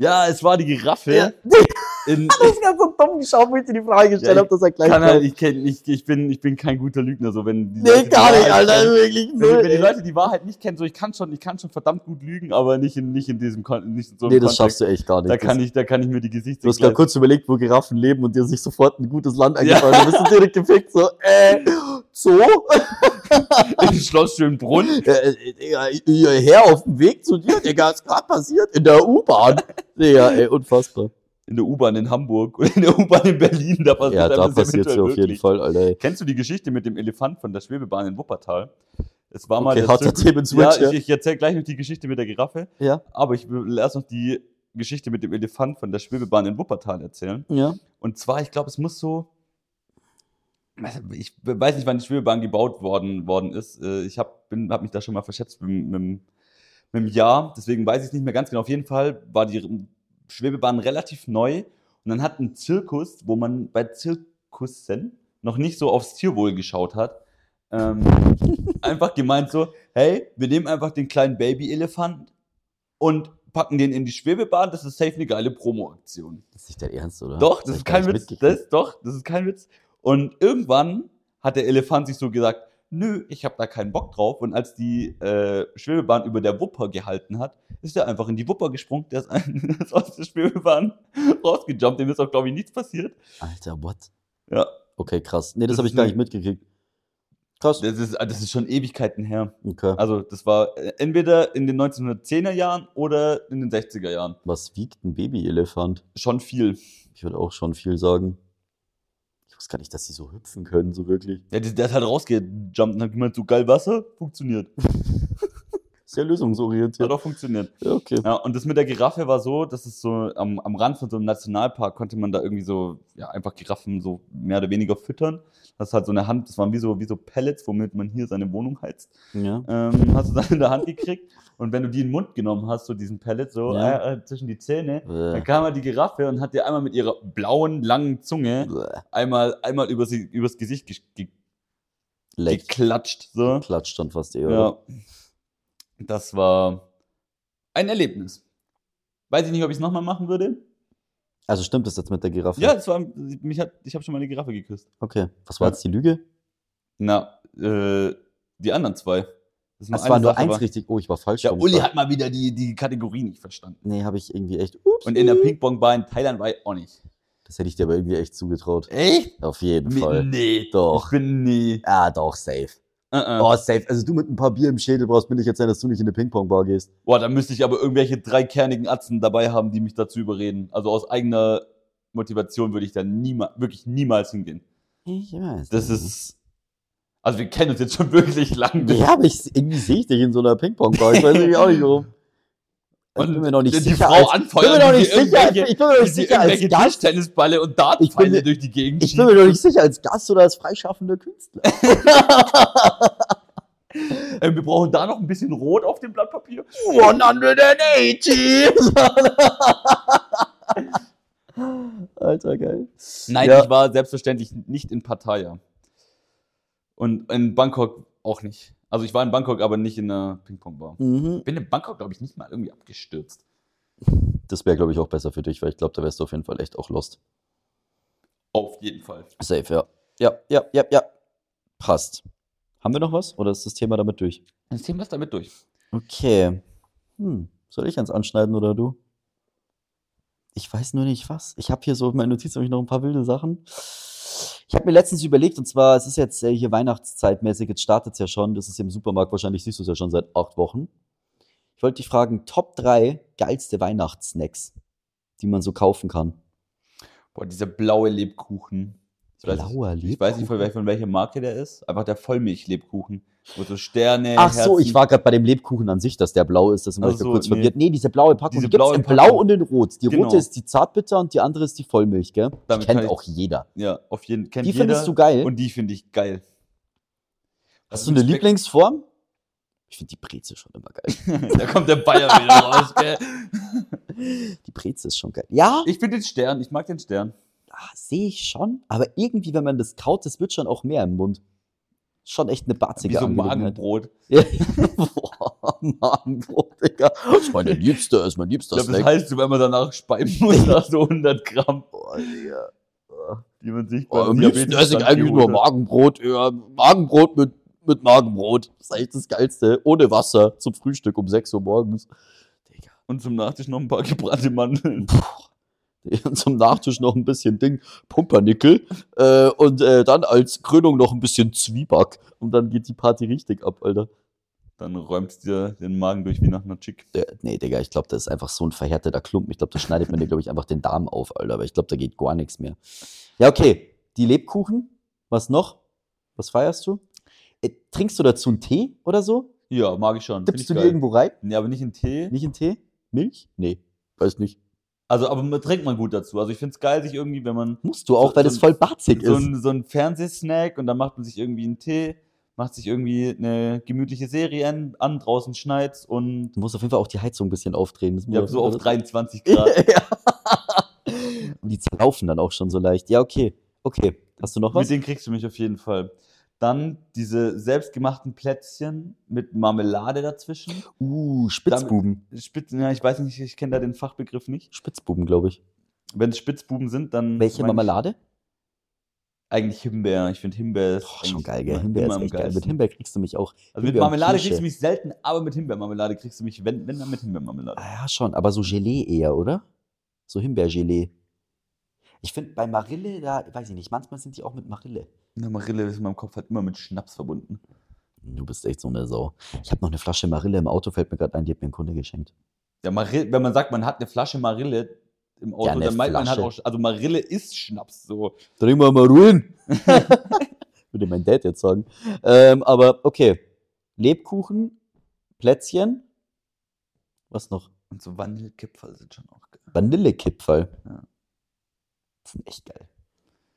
Speaker 2: Ja, es war die Giraffe.
Speaker 3: Ja.
Speaker 2: In,
Speaker 3: Das ist ganz so dumm geschaut, wo ich dir die Frage gestellt
Speaker 2: Ja,
Speaker 3: habe, dass er
Speaker 2: ich,
Speaker 3: gleich
Speaker 2: kann
Speaker 3: kommt.
Speaker 2: halt, ich, kenn, ich, ich, bin, ich bin kein guter Lügner, so wenn die
Speaker 3: nee,
Speaker 2: Leute die
Speaker 3: gar nicht,
Speaker 2: Wahrheit
Speaker 3: Alter.
Speaker 2: kennen.
Speaker 3: Wirklich
Speaker 2: Wenn,
Speaker 3: null,
Speaker 2: wenn die
Speaker 3: ey.
Speaker 2: Leute die Wahrheit nicht kennen, so ich kann schon, ich kann schon verdammt gut lügen, aber nicht in, nicht in diesem Kon nicht in so einem
Speaker 3: nee, das schaffst du echt gar nicht.
Speaker 2: Da kann
Speaker 3: das,
Speaker 2: ich, da kann ich mir die Gesichter.
Speaker 3: du hast gerade kurz überlegt, wo Giraffen leben und dir ist nicht sofort ein gutes Land
Speaker 2: Ja.
Speaker 3: eingefallen. Du bist direkt gefickt, so, äh, so?
Speaker 2: im Schloss Schönbrunn.
Speaker 3: Äh, äh, Digga, hierher auf dem Weg zu dir, Digga, ist gerade passiert in der U-Bahn. Digga, ey, unfassbar.
Speaker 2: In der U-Bahn in Hamburg und in der U-Bahn in Berlin. Da passiert
Speaker 3: Ja,
Speaker 2: einem
Speaker 3: da
Speaker 2: das
Speaker 3: passiert's ja
Speaker 2: eventuell
Speaker 3: auf jeden
Speaker 2: wirklich.
Speaker 3: Fall, Alter. Ey.
Speaker 2: Kennst du die Geschichte mit dem Elefant von der Schwebebahn in Wuppertal? Es war mal
Speaker 3: Okay,
Speaker 2: der
Speaker 3: harter
Speaker 2: Zirkus-
Speaker 3: Themen-Switch,
Speaker 2: Ja,
Speaker 3: ja.
Speaker 2: ich, ich erzähle gleich noch die Geschichte mit der Giraffe.
Speaker 3: Ja,
Speaker 2: Aber ich will erst noch die Geschichte mit dem Elefant von der Schwebebahn in Wuppertal erzählen.
Speaker 3: ja.
Speaker 2: Und zwar, ich glaube, es muss so. Ich weiß nicht, wann die Schwebebahn gebaut worden, worden ist. Äh, Ich habe hab mich da schon mal verschätzt mit, dem- mit, dem- mit dem Jahr. Deswegen weiß ich es nicht mehr ganz genau. Auf jeden Fall war die Schwebebahn relativ neu. Und dann hat ein Zirkus, wo man bei Zirkussen noch nicht so aufs Tierwohl geschaut hat, ähm, einfach gemeint so, hey, wir nehmen einfach den kleinen Baby-Elefant und packen den in die Schwebebahn. Das ist safe eine geile Promo-Aktion.
Speaker 3: Das ist nicht dein Ernst, oder?
Speaker 2: Doch, das
Speaker 3: Hab ich
Speaker 2: ist
Speaker 3: gar
Speaker 2: kein
Speaker 3: nicht
Speaker 2: Witz.
Speaker 3: mitgekriegt.
Speaker 2: Das, doch, das ist kein Witz. Und irgendwann hat der Elefant sich so gesagt, nö, ich habe da keinen Bock drauf. Und als die äh, Schwebebahn über der Wupper gehalten hat, ist er einfach in die Wupper gesprungen. Der ist, ein, ist aus der Schwebebahn rausgejumpt. Dem ist auch, glaube ich, nichts passiert.
Speaker 3: Alter, what?
Speaker 2: Ja.
Speaker 3: Okay, krass. Nee, das,
Speaker 2: Das
Speaker 3: habe ich
Speaker 2: ist
Speaker 3: gar
Speaker 2: ein-
Speaker 3: nicht mitgekriegt. Krass.
Speaker 2: Das ist, das ist schon Ewigkeiten her.
Speaker 3: Okay.
Speaker 2: Also das war äh, entweder in den 1910er Jahren oder in den 60er Jahren.
Speaker 3: Was wiegt ein Babyelefant?
Speaker 2: Schon viel.
Speaker 3: Ich würde auch schon viel sagen. Ich wusste gar nicht, dass sie so hüpfen können, so wirklich.
Speaker 2: Der, der ist halt rausgejumpt und hat gemeint, so geil Wasser, funktioniert.
Speaker 3: Sehr lösungsorientiert.
Speaker 2: Hat auch funktioniert.
Speaker 3: Ja, okay.
Speaker 2: Ja, und das mit der Giraffe war so, dass es so am, am Rand von so einem Nationalpark konnte man da irgendwie so, ja, einfach Giraffen so mehr oder weniger füttern. Das ist halt so eine Hand, das waren wie so, wie so Pellets, womit man hier seine Wohnung heizt.
Speaker 3: Ja.
Speaker 2: Ähm, hast du dann in der Hand gekriegt. Und wenn du die in den Mund genommen hast, so diesen Pellet, so
Speaker 3: Ja.
Speaker 2: äh, äh, zwischen die Zähne,
Speaker 3: Bäh.
Speaker 2: dann kam halt die Giraffe und hat dir einmal mit ihrer blauen, langen Zunge
Speaker 3: Bäh.
Speaker 2: einmal, einmal über sie, übers Gesicht ge ge
Speaker 3: Leck.
Speaker 2: geklatscht. So.
Speaker 3: Klatscht dann fast eher.
Speaker 2: Ja. Das war ein Erlebnis. Weiß ich nicht, ob ich es nochmal machen würde.
Speaker 3: Also stimmt das jetzt mit der Giraffe?
Speaker 2: Ja, das war, mich hat, ich habe schon mal eine Giraffe geküsst.
Speaker 3: Okay. Was war
Speaker 2: Ja.
Speaker 3: jetzt die Lüge?
Speaker 2: Na, äh, die anderen zwei. ist
Speaker 3: Es
Speaker 2: eine
Speaker 3: war nur
Speaker 2: Sache,
Speaker 3: eins
Speaker 2: aber-
Speaker 3: richtig. Oh, ich war falsch.
Speaker 2: Ja,
Speaker 3: rum.
Speaker 2: Uli hat mal wieder die, die Kategorie nicht verstanden.
Speaker 3: Nee, habe ich irgendwie echt. Ups,
Speaker 2: Und in der Ping-Pong-Bahn in Thailand war ich auch nicht.
Speaker 3: das hätte ich dir aber irgendwie echt zugetraut.
Speaker 2: Echt?
Speaker 3: Auf jeden
Speaker 2: Nee,
Speaker 3: Fall.
Speaker 2: nee
Speaker 3: Doch.
Speaker 2: Ich bin nee.
Speaker 3: Ah, doch, safe.
Speaker 2: Äh, äh.
Speaker 3: Oh, safe. Also du mit ein paar Bier im Schädel brauchst, bin ich jetzt sein, dass du nicht in eine Ping-Pong-Bar gehst.
Speaker 2: Boah, da müsste ich aber irgendwelche dreikernigen Atzen dabei haben, die mich dazu überreden. Also aus eigener Motivation würde ich da niemals, wirklich niemals hingehen.
Speaker 3: Ich weiß.
Speaker 2: Das ist. Also wir kennen uns jetzt schon wirklich lange.
Speaker 3: Ja, aber ich, irgendwie sehe ich dich in so einer Ping-Pong-Bar. Ich weiß irgendwie auch nicht warum. Ich bin mir noch nicht
Speaker 2: die
Speaker 3: sicher.
Speaker 2: Frau
Speaker 3: als, ich bin
Speaker 2: anfeuern,
Speaker 3: mir noch
Speaker 2: die
Speaker 3: nicht
Speaker 2: dir
Speaker 3: sicher.
Speaker 2: irgendwelche-
Speaker 3: Ich bin mir noch
Speaker 2: die
Speaker 3: nicht
Speaker 2: dir
Speaker 3: sicher als
Speaker 2: irgendwelche
Speaker 3: Gast.
Speaker 2: Tischtennisbälle und
Speaker 3: Ich bin
Speaker 2: Dartpfeile
Speaker 3: mir-
Speaker 2: durch die Gegend
Speaker 3: Ich bin mir noch nicht sicher als Gast oder als freischaffender Künstler.
Speaker 2: schießen. Äh, wir brauchen da noch ein bisschen Rot auf dem Blatt Papier.
Speaker 3: 180! Alter, geil.
Speaker 2: Nein,
Speaker 3: Ja.
Speaker 2: ich war selbstverständlich nicht in Pattaya. Und in Bangkok auch nicht. Also ich war in Bangkok, aber nicht in einer Ping-Pong-Bar.
Speaker 3: Mhm.
Speaker 2: bin in Bangkok, glaube ich, nicht mal irgendwie abgestürzt.
Speaker 3: Das wäre, glaube ich, auch besser für dich, weil ich glaube, da wärst du auf jeden Fall echt auch lost.
Speaker 2: Auf jeden Fall.
Speaker 3: Safe, ja. Ja, ja, ja, ja. Passt. Haben wir noch was? Oder ist das Thema damit durch?
Speaker 2: Das Thema ist damit durch.
Speaker 3: Okay. Hm. Soll ich eins anschneiden oder du? Ich weiß nur nicht was. Ich habe hier so in meinen Notizen hab ich noch ein paar wilde Sachen. Ich habe mir letztens überlegt, und zwar, es ist jetzt äh, hier Weihnachtszeitmäßig, jetzt startet es ja schon, das ist im Supermarkt, wahrscheinlich siehst du es ja schon seit acht Wochen. Ich wollte dich fragen, Top 3 geilste Weihnachtssnacks, die man so kaufen kann.
Speaker 2: Boah, dieser blaue Lebkuchen. Ich weiß, nicht-
Speaker 3: Blauer
Speaker 2: ich weiß nicht, von, wel- von welcher Marke der ist. Einfach der Vollmilchlebkuchen. Wo so Sterne.
Speaker 3: Ach so, ich
Speaker 2: Herzen-
Speaker 3: war gerade bei dem Lebkuchen an sich, dass der blau ist, das war
Speaker 2: Ach
Speaker 3: ich da
Speaker 2: so,
Speaker 3: kurz
Speaker 2: nee.
Speaker 3: verwirrt. Nee, diese blaue Packung,
Speaker 2: Diese
Speaker 3: die gibt's
Speaker 2: blaue
Speaker 3: in
Speaker 2: Packung.
Speaker 3: blau und in rot. Die
Speaker 2: Genau.
Speaker 3: rote ist die Zartbitter und die andere ist die Vollmilch, gell?
Speaker 2: Damit
Speaker 3: die kennt
Speaker 2: kann ich-
Speaker 3: auch jeder.
Speaker 2: Ja, auf jeden Fall.
Speaker 3: Die findest du geil?
Speaker 2: Und die finde ich geil.
Speaker 3: Hast du eine Lieblingsform? Ich finde die Breze schon immer geil.
Speaker 2: da kommt der Bayer wieder raus, gell?
Speaker 3: Die Breze ist schon geil. Ja,
Speaker 2: Ich bin den Stern. Ich mag den Stern.
Speaker 3: ah, sehe ich schon. Aber irgendwie, wenn man das kaut, das wird schon auch mehr im Mund. Schon echt eine
Speaker 2: Wie
Speaker 3: batzige
Speaker 2: so ein
Speaker 3: Angelegenheit.
Speaker 2: Magenbrot.
Speaker 3: Boah, Magenbrot, Digga. Das ist meine Liebste, das ist mein
Speaker 2: Ich
Speaker 3: liebster
Speaker 2: glaube, das
Speaker 3: Snack.
Speaker 2: heißt, wenn man danach speiben muss, nach so 100 Gramm,
Speaker 3: Boah, Digga.
Speaker 2: die man sich
Speaker 3: Oh,
Speaker 2: beim
Speaker 3: am liebsten
Speaker 2: Diabetes
Speaker 3: esse ich
Speaker 2: dann
Speaker 3: eigentlich nur
Speaker 2: geholt hat.
Speaker 3: Magenbrot. Ja, Magenbrot mit, mit Magenbrot. Das ist eigentlich das Geilste. Ohne Wasser zum Frühstück um 6 Uhr morgens. Digga.
Speaker 2: Und zum Nachtisch noch ein paar gebrannte Mandeln.
Speaker 3: Und Zum Nachtisch noch ein bisschen Ding, Pumpernickel. Äh, und äh, dann als Krönung noch ein bisschen Zwieback. Und dann geht die Party richtig ab, Alter.
Speaker 2: Dann räumst dir den Magen durch wie nach einer Chick.
Speaker 3: Äh, nee, Digga, ich glaube, das ist einfach so ein verhärteter Klumpen. Ich glaube, da schneidet man dir, glaube ich, einfach den Darm auf, Alter. Aber ich glaube, da geht gar nichts mehr. Ja, okay. Die Lebkuchen. Was noch? Was feierst du? Äh, trinkst du dazu einen Tee oder so?
Speaker 2: Ja, mag ich schon. Find ich
Speaker 3: Dippst du die
Speaker 2: geil.
Speaker 3: irgendwo rein?
Speaker 2: Nee, aber nicht in Tee.
Speaker 3: Nicht in Tee? Milch? Nee, weiß nicht.
Speaker 2: Also, aber man trinkt man gut dazu. Also, ich find's geil, sich irgendwie, wenn man
Speaker 3: Musst du auch,
Speaker 2: So-
Speaker 3: weil
Speaker 2: so
Speaker 3: das
Speaker 2: ein-
Speaker 3: voll batzig
Speaker 2: so
Speaker 3: ist.
Speaker 2: ein, so ein Fernsehsnack und dann macht man sich irgendwie einen Tee, macht sich irgendwie eine gemütliche Serie an, an draußen schneit's und
Speaker 3: Du musst auf jeden Fall auch die Heizung ein bisschen aufdrehen. Das
Speaker 2: ich hab
Speaker 3: muss-
Speaker 2: so auf
Speaker 3: das-
Speaker 2: 23 Grad.
Speaker 3: ja. Und die zerlaufen dann auch schon so leicht. Ja, okay. Okay. Hast du noch
Speaker 2: mit
Speaker 3: was?
Speaker 2: denen kriegst du mich auf jeden Fall. Dann diese selbstgemachten Plätzchen mit Marmelade dazwischen.
Speaker 3: Uh, Spitzbuben.
Speaker 2: Spitzen, ja, ich weiß nicht, ich kenne da den Fachbegriff nicht.
Speaker 3: Spitzbuben, glaube ich.
Speaker 2: Wenn es Spitzbuben sind, dann.
Speaker 3: Welche
Speaker 2: mein Hm, ich-
Speaker 3: Marmelade?
Speaker 2: Eigentlich Himbeer. Ich finde Himbeer ist.
Speaker 3: Boah, schon
Speaker 2: eigentlich
Speaker 3: geil, gell?
Speaker 2: immer-
Speaker 3: Himbeer
Speaker 2: immer
Speaker 3: ist
Speaker 2: am
Speaker 3: echt geil. Mit
Speaker 2: geilsten.
Speaker 3: Himbeer kriegst du mich auch.
Speaker 2: Also mit
Speaker 3: Himbeer und
Speaker 2: Marmelade kriegst
Speaker 3: Kirsche.
Speaker 2: du mich selten, aber mit Himbeermarmelade kriegst du mich, wenn, wenn dann mit Himbeermarmelade.
Speaker 3: Ah, ja, schon. Aber so Gelee eher, oder? So Himbeergelee. Ich finde, bei Marille, da, weiß ich nicht, manchmal sind die auch mit Marille.
Speaker 2: Eine Marille ist in meinem Kopf halt immer mit Schnaps verbunden.
Speaker 3: Du bist echt so eine Sau. Ich habe noch eine Flasche Marille im Auto, fällt mir gerade ein, die hat mir ein Kunde geschenkt.
Speaker 2: Ja, Marille, wenn man sagt, man hat eine Flasche Marille im Auto,
Speaker 3: Ja, eine
Speaker 2: dann meint man halt auch,
Speaker 3: Flasche.
Speaker 2: also Marille ist Schnaps so.
Speaker 3: Trink mal Maruin. Würde mein Dad jetzt sagen. Ähm, aber okay. Lebkuchen, Plätzchen. Was noch?
Speaker 2: Und so Vanillekipferl sind schon auch geil.
Speaker 3: Vanillekipferl.
Speaker 2: Ja.
Speaker 3: Das sind echt geil.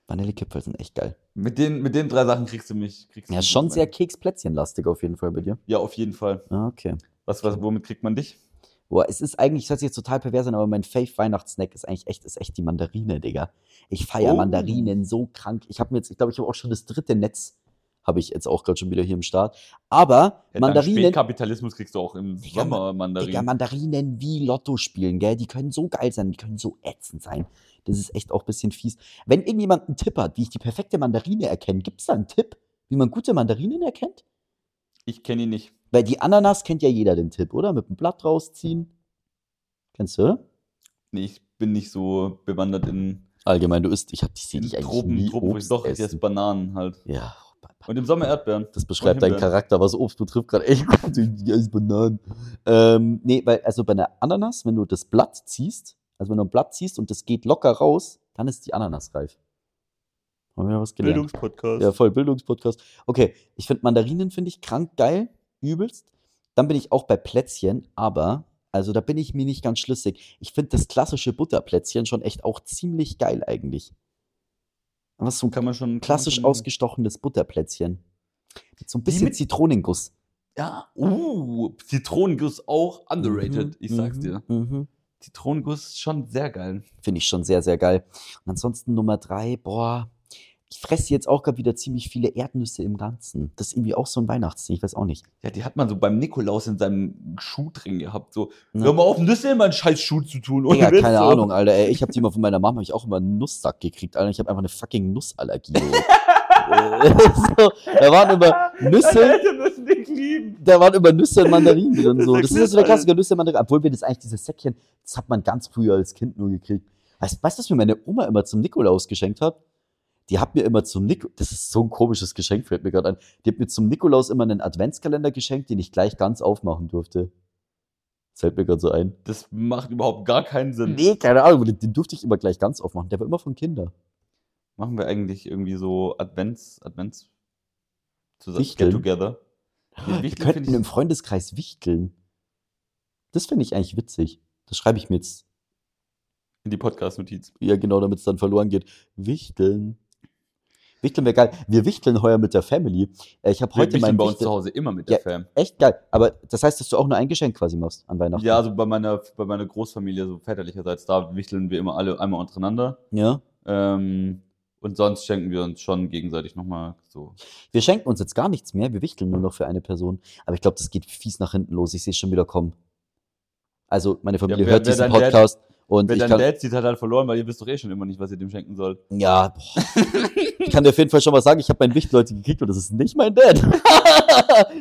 Speaker 3: Vanillekipferl sind echt geil.
Speaker 2: Mit den, mit den drei Sachen kriegst du mich. Kriegst du
Speaker 3: Ja,
Speaker 2: mich
Speaker 3: schon
Speaker 2: mit
Speaker 3: sehr
Speaker 2: meinem-
Speaker 3: keksplätzchenlastig auf jeden Fall bei dir.
Speaker 2: Ja, auf jeden Fall.
Speaker 3: Ah, okay.
Speaker 2: Was, was, womit kriegt man dich?
Speaker 3: Boah, es ist eigentlich, das hört sich jetzt total pervers an, aber mein Fave-Weihnachtssnack ist eigentlich echt, ist echt die Mandarine, Digga. Ich feiere
Speaker 2: Oh.
Speaker 3: Mandarinen so krank. Ich habe mir jetzt, ich glaube, ich habe auch schon das dritte Netz, habe ich jetzt auch gerade schon wieder hier im Start. Aber
Speaker 2: Ja, dank
Speaker 3: Mandarinen,
Speaker 2: Spätkapitalismus kriegst du auch im
Speaker 3: Digga,
Speaker 2: Sommer
Speaker 3: Digga,
Speaker 2: Mandarinen.
Speaker 3: Mandarinen wie Lotto spielen, gell? Die können so geil sein, die können so ätzend sein. Das ist echt auch ein bisschen fies. Wenn irgendjemand einen Tipp hat, wie ich die perfekte Mandarine erkenne, gibt's da einen Tipp? wie man gute Mandarinen erkennt?
Speaker 2: Ich kenne ihn nicht.
Speaker 3: Weil die Ananas kennt ja jeder den Tipp, oder? Mit dem Blatt rausziehen. Kennst du? oder?
Speaker 2: Nee, ich bin nicht so bewandert in,
Speaker 3: Allgemein, du isst. Ich hab dich
Speaker 2: in
Speaker 3: sehe dich eigentlich
Speaker 2: Tropen.
Speaker 3: nie
Speaker 2: Tropen
Speaker 3: Obst
Speaker 2: doch, ich esse
Speaker 3: essen.
Speaker 2: Bananen halt.
Speaker 3: Ja.
Speaker 2: Und im Sommer Erdbeeren.
Speaker 3: Das beschreibt deinen
Speaker 2: Himbeeren.
Speaker 3: Charakter, was Obst betrifft, gerade echt gut. Ich esse Bananen. Ähm, nee, weil, also bei einer Ananas, wenn du das Blatt ziehst, also wenn du ein Blatt ziehst und das geht locker raus, dann ist die Ananas reif. Haben wir ja was gelernt.
Speaker 2: Bildungspodcast.
Speaker 3: Ja, voll Bildungspodcast. Okay, ich finde Mandarinen finde ich krank geil, übelst. Dann bin ich auch bei Plätzchen, aber also da bin ich mir nicht ganz schlüssig. Ich finde das klassische Butterplätzchen schon echt auch ziemlich geil eigentlich. Was so ein
Speaker 2: Kann man schon.
Speaker 3: klassisch
Speaker 2: kann man schon-
Speaker 3: ausgestochenes Butterplätzchen. Mit so ein
Speaker 2: Die
Speaker 3: bisschen
Speaker 2: mit-
Speaker 3: Zitronenguss.
Speaker 2: Ja, uh, Zitronenguss auch underrated, ich sag's
Speaker 3: mhm,
Speaker 2: dir.
Speaker 3: Mhm.
Speaker 2: Zitronenguss ist schon sehr geil.
Speaker 3: Finde ich schon sehr, sehr geil. Und ansonsten Nummer drei, boah, ich fresse jetzt auch gerade wieder ziemlich viele Erdnüsse im Ganzen. Das ist irgendwie auch so ein Weihnachtsding, ich weiß auch nicht.
Speaker 2: Ja, die hat man so beim Nikolaus in seinem Schuh drin gehabt. So,
Speaker 3: Na.
Speaker 2: hör mal auf, Nüsse in meinen scheiß Schuh zu tun. ohne
Speaker 3: Digga,
Speaker 2: Witz,
Speaker 3: keine
Speaker 2: so.
Speaker 3: Ahnung, Alter. Ey, ich habe die immer von meiner Mama, hab ich auch immer einen Nusssack gekriegt, Alter. Ich habe einfach eine fucking Nussallergie. Ey. Äh, so, da waren immer
Speaker 2: Deine
Speaker 3: Nüsse,
Speaker 2: Eltern müssen dich lieben.
Speaker 3: da waren immer Nüsse und Mandarinen drin. So.
Speaker 2: Das
Speaker 3: Das ist ja so der
Speaker 2: erklärt
Speaker 3: Klassiker, Nüsse, Mandarinen. Obwohl wir das eigentlich, dieses Säckchen, das hat man ganz früher als Kind nur gekriegt. Weißt weißt du, was mir meine Oma immer zum Nikolaus geschenkt hat? Die hat mir immer zum Nikolaus, das ist so ein komisches Geschenk, fällt mir gerade ein. Die hat mir zum Nikolaus immer einen Adventskalender geschenkt, den ich gleich ganz aufmachen durfte. Das fällt mir gerade so ein.
Speaker 2: Das macht überhaupt gar keinen Sinn.
Speaker 3: Nee, keine Ahnung, den, den durfte ich immer gleich ganz aufmachen. Der war immer von Kinder.
Speaker 2: Machen wir eigentlich irgendwie so Advents, Advents zusammen
Speaker 3: Wichteln?
Speaker 2: get together. Den
Speaker 3: Wir
Speaker 2: Wichtel
Speaker 3: könnten
Speaker 2: find
Speaker 3: im Freundeskreis wichteln. Das finde ich eigentlich witzig. Das schreibe ich mir jetzt.
Speaker 2: in die Podcast-Notiz.
Speaker 3: Ja, genau, damit es dann verloren geht. Wichteln. Wichteln wäre geil. Wir wichteln heuer mit der Family. Äh, Ich habe
Speaker 2: Wir
Speaker 3: heute
Speaker 2: wichteln
Speaker 3: mein
Speaker 2: bei uns
Speaker 3: Wichtel-
Speaker 2: zu Hause immer mit der
Speaker 3: Ja,
Speaker 2: Fam.
Speaker 3: Echt geil. Aber das heißt, dass du auch nur ein Geschenk quasi machst an Weihnachten.
Speaker 2: Ja, also bei meiner, bei meiner Großfamilie, so väterlicherseits, da wichteln wir immer alle einmal untereinander.
Speaker 3: ja.
Speaker 2: Ähm, und sonst schenken wir uns schon gegenseitig nochmal so.
Speaker 3: Wir schenken uns jetzt gar nichts mehr. Wir wichteln nur noch für eine Person. Aber ich glaube, das geht fies nach hinten los. Ich sehe schon wieder kommen. Also, meine Familie
Speaker 2: wer-
Speaker 3: hört
Speaker 2: wer
Speaker 3: diesen
Speaker 2: dein Dad-
Speaker 3: Podcast. und
Speaker 2: Wer
Speaker 3: ich
Speaker 2: dein
Speaker 3: kann,
Speaker 2: Dad sieht, hat halt verloren, weil ihr wisst doch eh schon immer nicht, was ihr dem schenken sollt.
Speaker 3: Ja, boah. ich kann dir auf jeden Fall schon mal sagen, ich habe meinen Wicht Leute gekriegt und das ist nicht mein Dad.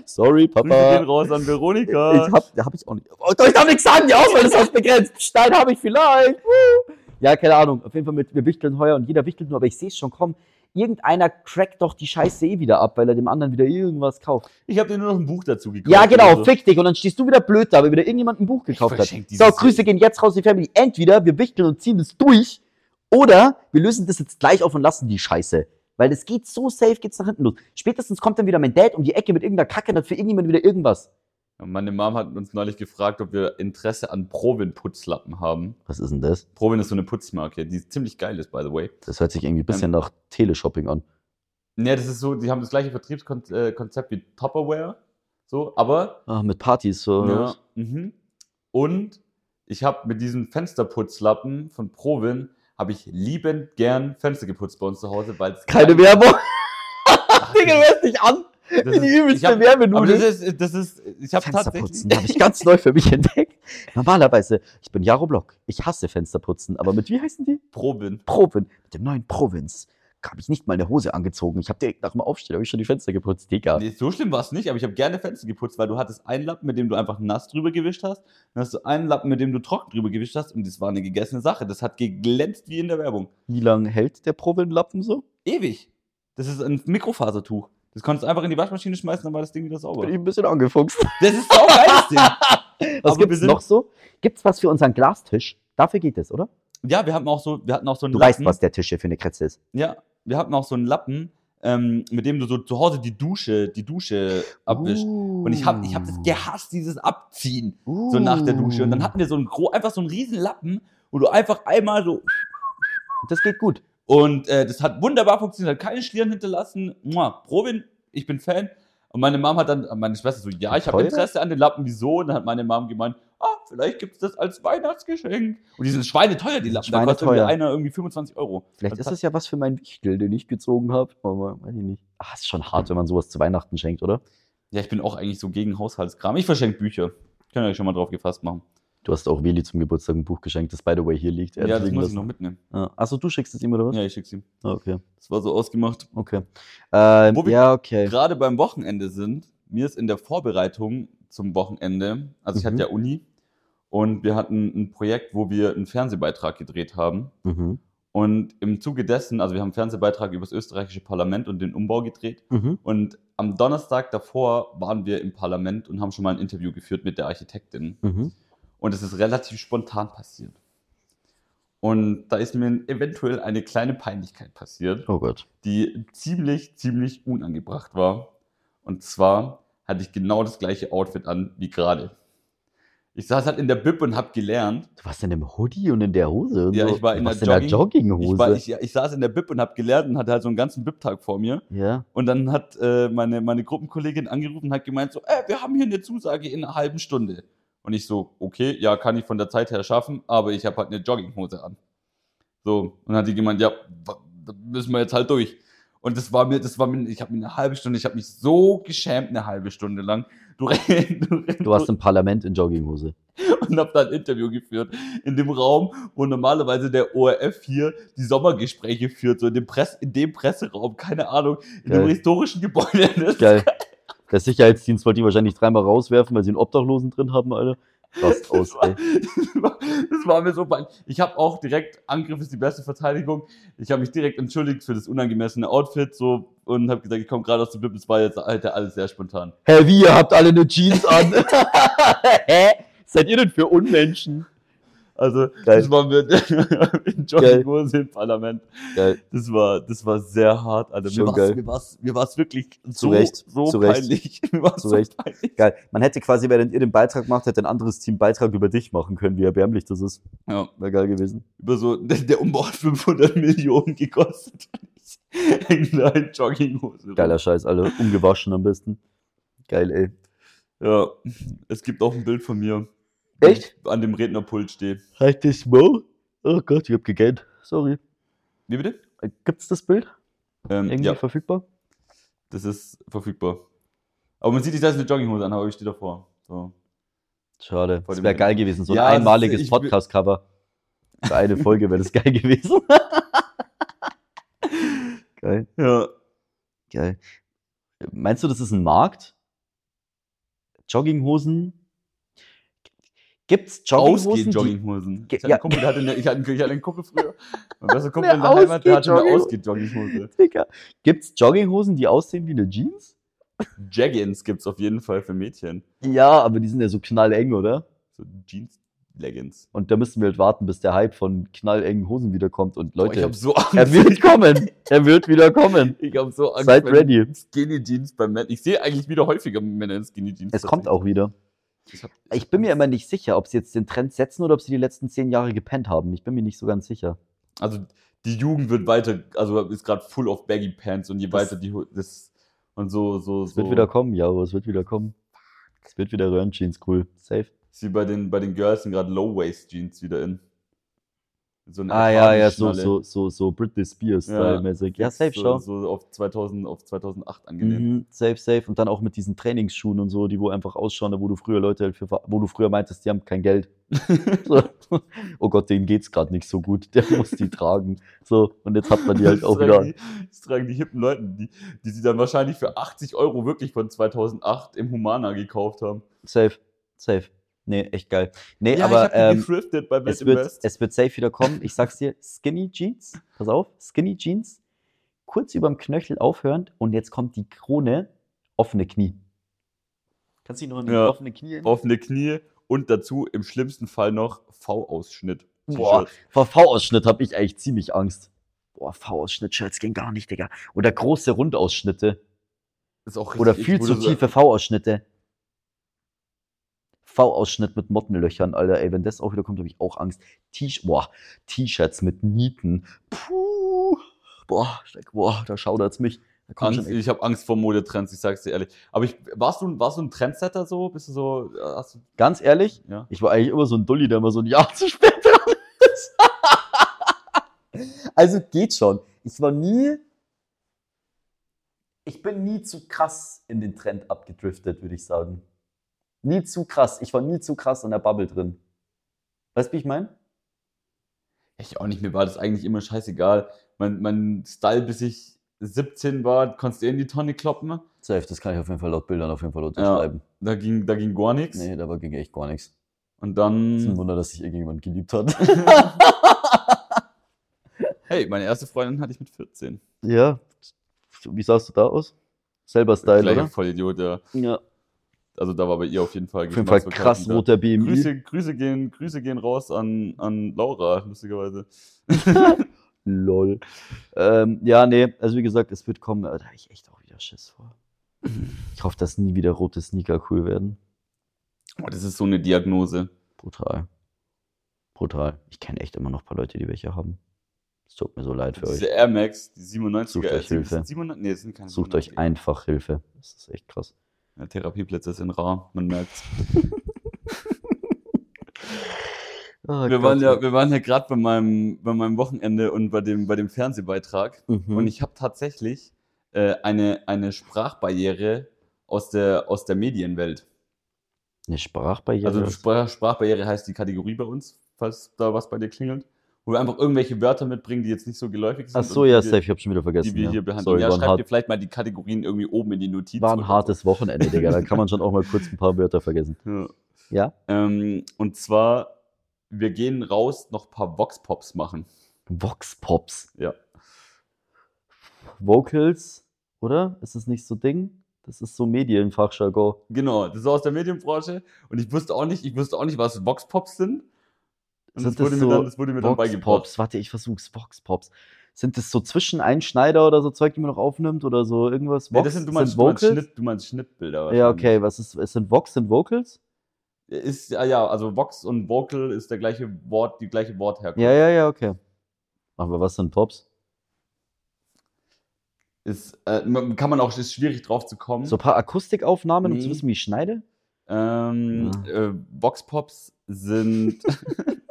Speaker 3: Sorry,
Speaker 2: Grüße gehen
Speaker 3: Papa.
Speaker 2: raus an Veronika.
Speaker 3: Ich hab, hab ich auch nicht. Oh, doch, ich darf nichts sagen, die Auswahl ist ausbegrenzt. Stein habe ich vielleicht. Woo. Ja, keine Ahnung. Auf jeden Fall mit, wir wichteln heuer und jeder wichtelt nur, aber ich sehe es schon kommen. Irgendeiner crackt doch die Scheiße eh wieder ab, weil er dem anderen wieder irgendwas kauft.
Speaker 2: Ich habe dir nur noch ein Buch dazu gekauft. Also,
Speaker 3: Ja, genau,
Speaker 2: oder so.
Speaker 3: fick dich. Und dann stehst du wieder blöd da, weil wieder irgendjemand ein Buch gekauft hat.
Speaker 2: verschenk
Speaker 3: So,
Speaker 2: dieses-
Speaker 3: Grüße gehen jetzt raus in die Family. Entweder wir wichteln und ziehen das durch oder wir lösen das jetzt gleich auf und lassen die Scheiße. Weil es geht so safe, geht's nach hinten los. Spätestens kommt dann wieder mein Dad um die Ecke mit irgendeiner Kacke und hat für irgendjemand wieder irgendwas.
Speaker 2: Meine Mom hat uns neulich gefragt, ob wir Interesse an Provin-Putzlappen haben.
Speaker 3: Was ist denn das?
Speaker 2: Provin ist so eine Putzmarke, die ziemlich geil ist, by the way.
Speaker 3: Das hört sich irgendwie ein bisschen nach Teleshopping an.
Speaker 2: Ne, das ist so, die haben das gleiche Vertriebskonzept wie Tupperware, so, aber
Speaker 3: Ah, mit Partys. So.
Speaker 2: ja, mhm. und ich habe mit diesen Fensterputzlappen von Provin habe ich liebend gern Fenster geputzt bei uns zu Hause, weil es
Speaker 3: Keine
Speaker 2: geil-
Speaker 3: Werbung.
Speaker 2: Ach,
Speaker 3: Digga, du hörst dich an.
Speaker 2: das
Speaker 3: Wie die
Speaker 2: ist- ich
Speaker 3: übelste
Speaker 2: hab- Aber das
Speaker 3: Werbenudel.
Speaker 2: ist, das ist, ich habe tatsächlich,
Speaker 3: Fensterputzen habe ich ganz neu für mich entdeckt. Normalerweise, ich bin Jaro Block. Ich hasse Fensterputzen. Aber mit wie heißen die?
Speaker 2: Provin.
Speaker 3: Provin, mit dem neuen Provinz, habe ich nicht mal eine Hose angezogen. Ich habe direkt nach dem Aufstehen hab ich schon die Fenster geputzt, Digga.
Speaker 2: Nee, so schlimm war es nicht, aber ich habe gerne Fenster geputzt, weil du hattest einen Lappen, mit dem du einfach nass drüber gewischt hast. Dann hast du einen Lappen, mit dem du trocken drüber gewischt hast. Und das war eine gegessene Sache. Das hat geglänzt wie in der Werbung.
Speaker 3: Wie lange hält der Provin-Lappen so?
Speaker 2: Ewig. Das ist ein Mikrofasertuch. Das konntest du einfach in die Waschmaschine schmeißen, dann war das Ding wieder sauber.
Speaker 3: Bin ich ein bisschen angefuchst.
Speaker 2: Das ist auch geiles Ding.
Speaker 3: Was
Speaker 2: wir
Speaker 3: gibt's
Speaker 2: sind-
Speaker 3: noch so? Gibt's was für unseren Glastisch? Dafür geht es, oder?
Speaker 2: Ja, wir hatten auch so, wir hatten auch so einen
Speaker 3: Du
Speaker 2: Lappen.
Speaker 3: weißt, was der Tisch hier für eine Kretze ist.
Speaker 2: Ja, wir hatten auch so einen Lappen, ähm, mit dem du so zu Hause die Dusche, die Dusche abwischst.
Speaker 3: Uh.
Speaker 2: Und ich habe ich hab das gehasst, dieses Abziehen. so nach der Dusche.
Speaker 3: Uh.
Speaker 2: Und dann hatten wir so einen, gro- einfach so einen riesen Lappen, wo du einfach einmal so.
Speaker 3: Uh. Das geht gut.
Speaker 2: Und äh, das hat wunderbar funktioniert, hat keine Schlieren hinterlassen. Mua, Provin, ich bin Fan. Und meine Mom hat dann, meine Schwester so, ja, ich habe
Speaker 3: Teuer?
Speaker 2: Interesse an den Lappen, wieso? Und dann hat meine Mom gemeint, ah, vielleicht gibt es das als Weihnachtsgeschenk. Und die sind schweineteuer, die Lappen. Da kostet irgendwie
Speaker 3: Schweineteuer.
Speaker 2: einer irgendwie 25 Euro.
Speaker 3: Vielleicht
Speaker 2: Das
Speaker 3: ist es ja was für meinen Wichtel, den ich gezogen habe. Aber weiß ich nicht. Ah, ist schon hart, wenn man sowas zu Weihnachten schenkt, oder?
Speaker 2: Ja, ich bin auch eigentlich so gegen Haushaltskram. Ich verschenke Bücher. Könnt ihr euch schon mal drauf gefasst machen.
Speaker 3: Du hast auch Weli zum Geburtstag ein Buch geschenkt, das by the way hier liegt. Er hat
Speaker 2: Ja, das
Speaker 3: liegen
Speaker 2: muss ich noch
Speaker 3: lassen.
Speaker 2: mitnehmen.
Speaker 3: Ah, Achso, du schickst es ihm oder was?
Speaker 2: Ja, ich schick's ihm.
Speaker 3: Ah, okay.
Speaker 2: Das war so ausgemacht.
Speaker 3: Okay. Ähm,
Speaker 2: Wo wir
Speaker 3: ja, okay.
Speaker 2: Gerade beim Wochenende sind, mir ist in der Vorbereitung zum Wochenende, also ich
Speaker 3: Mhm.
Speaker 2: hatte ja Uni und wir hatten ein Projekt, wo wir einen Fernsehbeitrag gedreht haben.
Speaker 3: Mhm.
Speaker 2: Und im Zuge dessen, also wir haben einen Fernsehbeitrag über das österreichische Parlament und den Umbau gedreht.
Speaker 3: Mhm.
Speaker 2: Und am Donnerstag davor waren wir im Parlament und haben schon mal ein Interview geführt mit der Architektin.
Speaker 3: Mhm.
Speaker 2: Und es ist relativ spontan passiert. Und da ist mir eventuell eine kleine Peinlichkeit passiert,
Speaker 3: Oh Gott.
Speaker 2: die ziemlich, ziemlich unangebracht war. Und zwar hatte ich genau das gleiche Outfit an wie gerade. Ich saß halt in der Bib und habe gelernt.
Speaker 3: Du warst in dem Hoodie und in der Hose. Und
Speaker 2: Ja,
Speaker 3: so.
Speaker 2: ich war in
Speaker 3: Du warst
Speaker 2: der
Speaker 3: Jogginghose.
Speaker 2: Ich, war, ich, ich saß in der Bib und habe gelernt und hatte halt so einen ganzen Bib-Tag vor mir.
Speaker 3: ja.
Speaker 2: Und dann hat äh, meine, meine Gruppenkollegin angerufen und hat gemeint, so, äh, wir haben hier eine Zusage in einer halben Stunde. Und ich so, okay, ja, kann ich von der Zeit her schaffen, aber ich habe halt eine Jogginghose an. So, und dann hat die gemeint, ja, wa- da müssen wir jetzt halt durch. Und das war mir, das war mir, ich habe mir eine halbe Stunde, ich habe mich so geschämt eine halbe Stunde lang. Du, renn- du, renn-
Speaker 3: Du warst im Parlament in Jogginghose.
Speaker 2: und habe da ein Interview geführt in dem Raum, wo normalerweise der ORF hier die Sommergespräche führt, so in dem, Press, in dem Presseraum, keine Ahnung, in dem
Speaker 3: Geil.
Speaker 2: historischen Gebäude. Das ist
Speaker 3: Geil. Der Sicherheitsdienst wollte die wahrscheinlich dreimal rauswerfen, weil sie einen Obdachlosen drin haben, Alter. Rast aus,
Speaker 2: war-
Speaker 3: ey.
Speaker 2: das, war, das war mir so peinlich. Ich habe auch direkt, Angriff ist die beste Verteidigung. Ich habe mich direkt entschuldigt für das unangemessene Outfit so und habe gesagt, ich komme gerade aus dem Bib, es war jetzt halt alles sehr spontan.
Speaker 3: Hä, wie, ihr habt alle eine Jeans an? Hä? Seid ihr denn für Unmenschen?
Speaker 2: Also,
Speaker 3: Geil.
Speaker 2: das war mir in Jogginghose im Parlament.
Speaker 3: Geil.
Speaker 2: Das war, das war sehr hart, Alter.
Speaker 3: Schon
Speaker 2: Mir war's,
Speaker 3: geil.
Speaker 2: Mir war's, mir war's wirklich so,
Speaker 3: Recht,
Speaker 2: so
Speaker 3: zu Recht,
Speaker 2: peinlich. Mir war's
Speaker 3: zu
Speaker 2: so
Speaker 3: Recht.
Speaker 2: peinlich.
Speaker 3: Geil. Man hätte quasi, während ihr den Beitrag macht, hätte ein anderes Team Beitrag über dich machen können, wie erbärmlich das ist.
Speaker 2: Ja,
Speaker 3: Wäre geil gewesen.
Speaker 2: über so, der, der Umbau hat 500 Millionen gekostet. Ich häng da in Jogginghose. rum.
Speaker 3: Geiler Scheiß, alle. Ungewaschen am besten. Geil, ey.
Speaker 2: Ja, es gibt auch ein Bild von mir.
Speaker 3: Echt?
Speaker 2: wo ich An dem Rednerpult stehe.
Speaker 3: Halt dich, Mo. Oh Gott, ich hab gegähnt. Sorry.
Speaker 2: Wie bitte?
Speaker 3: Äh, Gibt's das Bild?
Speaker 2: Ähm,
Speaker 3: Irgendwie
Speaker 2: ja,
Speaker 3: verfügbar?
Speaker 2: das ist verfügbar. Aber man sieht nicht, dass ich eine Jogginghose anhabe, aber ich stehe davor. So.
Speaker 3: Schade.
Speaker 2: Vor
Speaker 3: Das
Speaker 2: dem
Speaker 3: wäre
Speaker 2: Bild.
Speaker 3: geil gewesen. So ein
Speaker 2: Ja, das ist-
Speaker 3: einmaliges
Speaker 2: ich will-
Speaker 3: Podcast-Cover. Für eine Folge wäre das geil gewesen. geil,
Speaker 2: Ja.
Speaker 3: geil. Meinst du, das ist ein Markt? Jogginghosen? Gibt's Jogginghosen?
Speaker 2: Ausgehen
Speaker 3: die-
Speaker 2: Jogginghosen.
Speaker 3: Ge-
Speaker 2: Ich hatte
Speaker 3: ja.
Speaker 2: einen Kumpel, der hatte eine, ich hatte einen, ich hatte einen Kumpel früher. Mein bester Kumpel in der
Speaker 3: Eine
Speaker 2: Heimat, der hatte eine
Speaker 3: Ausgeh-
Speaker 2: Ausgeh-Jogginghose.
Speaker 3: Digga. Gibt's Jogginghosen, die aussehen wie eine Jeans?
Speaker 2: Jaggins gibt's auf jeden Fall für Mädchen.
Speaker 3: Ja, aber die sind ja so knalleng, oder?
Speaker 2: So Jeans-Leggings.
Speaker 3: Und da müssen wir halt warten, bis der Hype von knallengen Hosen wiederkommt. Und
Speaker 2: Boah, ich
Speaker 3: Leute,
Speaker 2: hab so Angst.
Speaker 3: er wird kommen. Er wird wieder kommen.
Speaker 2: ich hab so Angst.
Speaker 3: Seid
Speaker 2: wenn
Speaker 3: ready.
Speaker 2: Skinny Jeans beim Männer. Ich sehe eigentlich wieder häufiger Männer in Skinny Jeans.
Speaker 3: Es kommt
Speaker 2: tatsächlich.
Speaker 3: auch wieder.
Speaker 2: Ich, hab-
Speaker 3: Ich bin mir immer nicht sicher, ob sie jetzt den Trend setzen oder ob sie die letzten zehn Jahre gepennt haben. Ich bin mir nicht so ganz sicher.
Speaker 2: Also die Jugend wird weiter, also ist gerade full of Baggy Pants und je
Speaker 3: Das-
Speaker 2: weiter die Ho- das und so so
Speaker 3: Es
Speaker 2: so.
Speaker 3: wird wieder kommen, ja, aber es wird wieder kommen. Es wird wieder Röhrenjeans, cool. Safe.
Speaker 2: Ist wie bei den bei den Girls sind gerade Low Waist Jeans wieder in. So eine
Speaker 3: Ah ja, ja, so,
Speaker 2: Arcadi-Schnalle.
Speaker 3: so, so, so Britney Spears-Style-mäßig. Ja, safe,
Speaker 2: so,
Speaker 3: schau.
Speaker 2: So auf 2000 auf 2008 angelehnt.
Speaker 3: Mhm, safe, safe. Und dann auch mit diesen Trainingsschuhen und so, die wo einfach ausschauen, wo du früher Leute halt für, ver- wo du früher meintest, die haben kein Geld. so. Oh Gott, denen geht's gerade nicht so gut. Der muss die tragen. So, und jetzt hat man die halt
Speaker 2: Das
Speaker 3: auch
Speaker 2: tragen
Speaker 3: wieder.
Speaker 2: Die, das tragen die hippen Leuten, die, die sie dann wahrscheinlich für 80 Euro wirklich von 2008 im Humana gekauft haben.
Speaker 3: Safe, safe. Nee, echt geil. Nee, aber
Speaker 2: ich hab die
Speaker 3: ähm,
Speaker 2: gefriftet bei Bad
Speaker 3: es, wird,
Speaker 2: Invest.
Speaker 3: es wird safe wieder kommen. Ich sag's dir, Skinny Jeans, pass auf, Skinny Jeans, kurz überm Knöchel aufhörend und jetzt kommt die Krone, offene Knie. Kannst du dich noch an die
Speaker 2: Ja.
Speaker 3: offene Knie erinnern?
Speaker 2: offene Knie und dazu im schlimmsten Fall noch V-Ausschnitt.
Speaker 3: Boah. Vor V-Ausschnitt habe ich eigentlich ziemlich Angst. Boah, V-Ausschnitt-Shirts gehen gar nicht, Digga. Oder große Rundausschnitte.
Speaker 2: Ist auch
Speaker 3: Oder
Speaker 2: richtig-
Speaker 3: viel
Speaker 2: wo
Speaker 3: zu
Speaker 2: du so-
Speaker 3: tiefe V-Ausschnitte. V-Ausschnitt mit Mottenlöchern, Alter. Ey, wenn das auch wieder kommt, habe ich auch Angst. T-Sh- boah, T-Shirts mit Nieten. Puh. Boah, steck, boah, da schaudert's mich. Da kommt
Speaker 2: Angst,
Speaker 3: schon echt.
Speaker 2: ich habe Angst vor Modetrends, ich sag's dir ehrlich. Aber ich, warst, du, warst du ein Trendsetter so? Bist du so. äh, Hast du,
Speaker 3: Ganz ehrlich,
Speaker 2: ja.
Speaker 3: ich war eigentlich immer so ein Dulli, der immer so ein Jahr zu spät dran ist. also geht schon. Ich war nie. Ich bin nie zu krass in den Trend abgedriftet, würde ich sagen. Nie zu krass. Ich war nie zu krass in der Bubble drin. Weißt du, wie ich meine?
Speaker 2: Ich auch nicht, mir war das eigentlich immer scheißegal. Mein, mein Style, bis ich 17 war, konntest du eh in die Tonne kloppen.
Speaker 3: Safe, das kann ich auf jeden Fall laut Bildern auf jeden Fall
Speaker 2: Ja.
Speaker 3: unterschreiben.
Speaker 2: Da ging, da ging gar nichts.
Speaker 3: Nee, da ging echt gar nichts.
Speaker 2: Und
Speaker 3: Ist ein
Speaker 2: dann,
Speaker 3: Wunder, dass sich irgendjemand geliebt hat.
Speaker 2: hey, meine erste Freundin hatte ich mit 14.
Speaker 3: ja. Wie sahst du da aus? Selber
Speaker 2: Gleicher Vollidiot, ja.
Speaker 3: Ja.
Speaker 2: Also da war bei ihr auf jeden Fall
Speaker 3: Auf jeden Fall
Speaker 2: Geschmacksverkehr
Speaker 3: krass
Speaker 2: wieder.
Speaker 3: roter BMI.
Speaker 2: Grüße, Grüße, gehen, Grüße gehen raus an, an Laura, lustigerweise.
Speaker 3: Lol. Ähm, ja, nee, also wie gesagt, es wird kommen, aber da habe ich echt auch wieder Schiss vor. Ich hoffe, dass nie wieder rote Sneaker cool werden.
Speaker 2: Oh, das ist so eine Diagnose.
Speaker 3: Brutal. Brutal. Ich kenne echt immer noch ein paar Leute, die welche haben. Es tut mir so leid für
Speaker 2: Diese
Speaker 3: euch.
Speaker 2: Air Max, die 97er.
Speaker 3: Sucht euch
Speaker 2: sind das
Speaker 3: Hilfe.
Speaker 2: 700, nee, das sind keine
Speaker 3: Sucht
Speaker 2: 700er.
Speaker 3: euch einfach Hilfe. Das ist echt krass.
Speaker 2: Ja, Therapieplätze sind rar, man merkt's.
Speaker 3: Ah,
Speaker 2: Wir
Speaker 3: Gott.
Speaker 2: waren ja, wir waren ja gerade bei meinem, bei meinem Wochenende und bei dem, bei dem Fernsehbeitrag.
Speaker 3: Mhm.
Speaker 2: Und ich habe tatsächlich äh, eine, eine Sprachbarriere aus der, aus der Medienwelt.
Speaker 3: Eine Sprachbarriere.
Speaker 2: Also Sprach, Sprachbarriere heißt die Kategorie bei uns, falls da was bei dir klingelt. Wo wir einfach irgendwelche Wörter mitbringen, die jetzt nicht so geläufig sind.
Speaker 3: Ach so,
Speaker 2: und die
Speaker 3: ja,
Speaker 2: wir-
Speaker 3: safe, ich habe schon wieder vergessen.
Speaker 2: die wir
Speaker 3: ja.
Speaker 2: hier behandeln.
Speaker 3: Sorry,
Speaker 2: ja,
Speaker 3: war ein,
Speaker 2: schreibt ihr
Speaker 3: hart,
Speaker 2: vielleicht mal die Kategorien irgendwie oben in die Notizen.
Speaker 3: war ein
Speaker 2: oder
Speaker 3: hartes Wochenende, Digga. Da kann man schon auch mal kurz ein paar Wörter vergessen.
Speaker 2: so. Ja.
Speaker 3: Ja?
Speaker 2: Ähm, und zwar, wir gehen raus, noch ein paar Vox-Pops machen.
Speaker 3: Vox Pops.
Speaker 2: Ja.
Speaker 3: Vocals, oder? Ist das nicht so Ding? Das ist so Medienfachjargon.
Speaker 2: Genau, das ist aus der Medienbranche. Und ich wusste auch nicht, ich wusste auch nicht, was Vox-Pops sind. Und
Speaker 3: Sind
Speaker 2: das wurde,
Speaker 3: das
Speaker 2: mir
Speaker 3: so
Speaker 2: dann, das wurde mir dann
Speaker 3: Vox
Speaker 2: beigebracht.
Speaker 3: Pops. Warte, ich versuch's. Vox Pops. Sind das so Zwischeneinschneider oder so Zeug, die man noch aufnimmt oder so irgendwas?
Speaker 2: Nee,
Speaker 3: Vox
Speaker 2: das sind, du, meinst, du, meinst Schnitt, du meinst Schnittbilder.
Speaker 3: Ja,
Speaker 2: wahrscheinlich.
Speaker 3: okay. Was ist, es sind Vox, sind Vocals?
Speaker 2: Ist, ja, ja, also Vox und Vocal ist der gleiche Wort, die gleiche Wortherkunft.
Speaker 3: Ja, ja, ja, okay. Aber was sind Pops?
Speaker 2: Ist, äh, man- kann man auch, ist schwierig drauf zu kommen.
Speaker 3: So ein paar Akustikaufnahmen, um zu
Speaker 2: Nee.
Speaker 3: wissen, wie ich schneide?
Speaker 2: Ähm,
Speaker 3: Ja.
Speaker 2: äh, Vox-Pops sind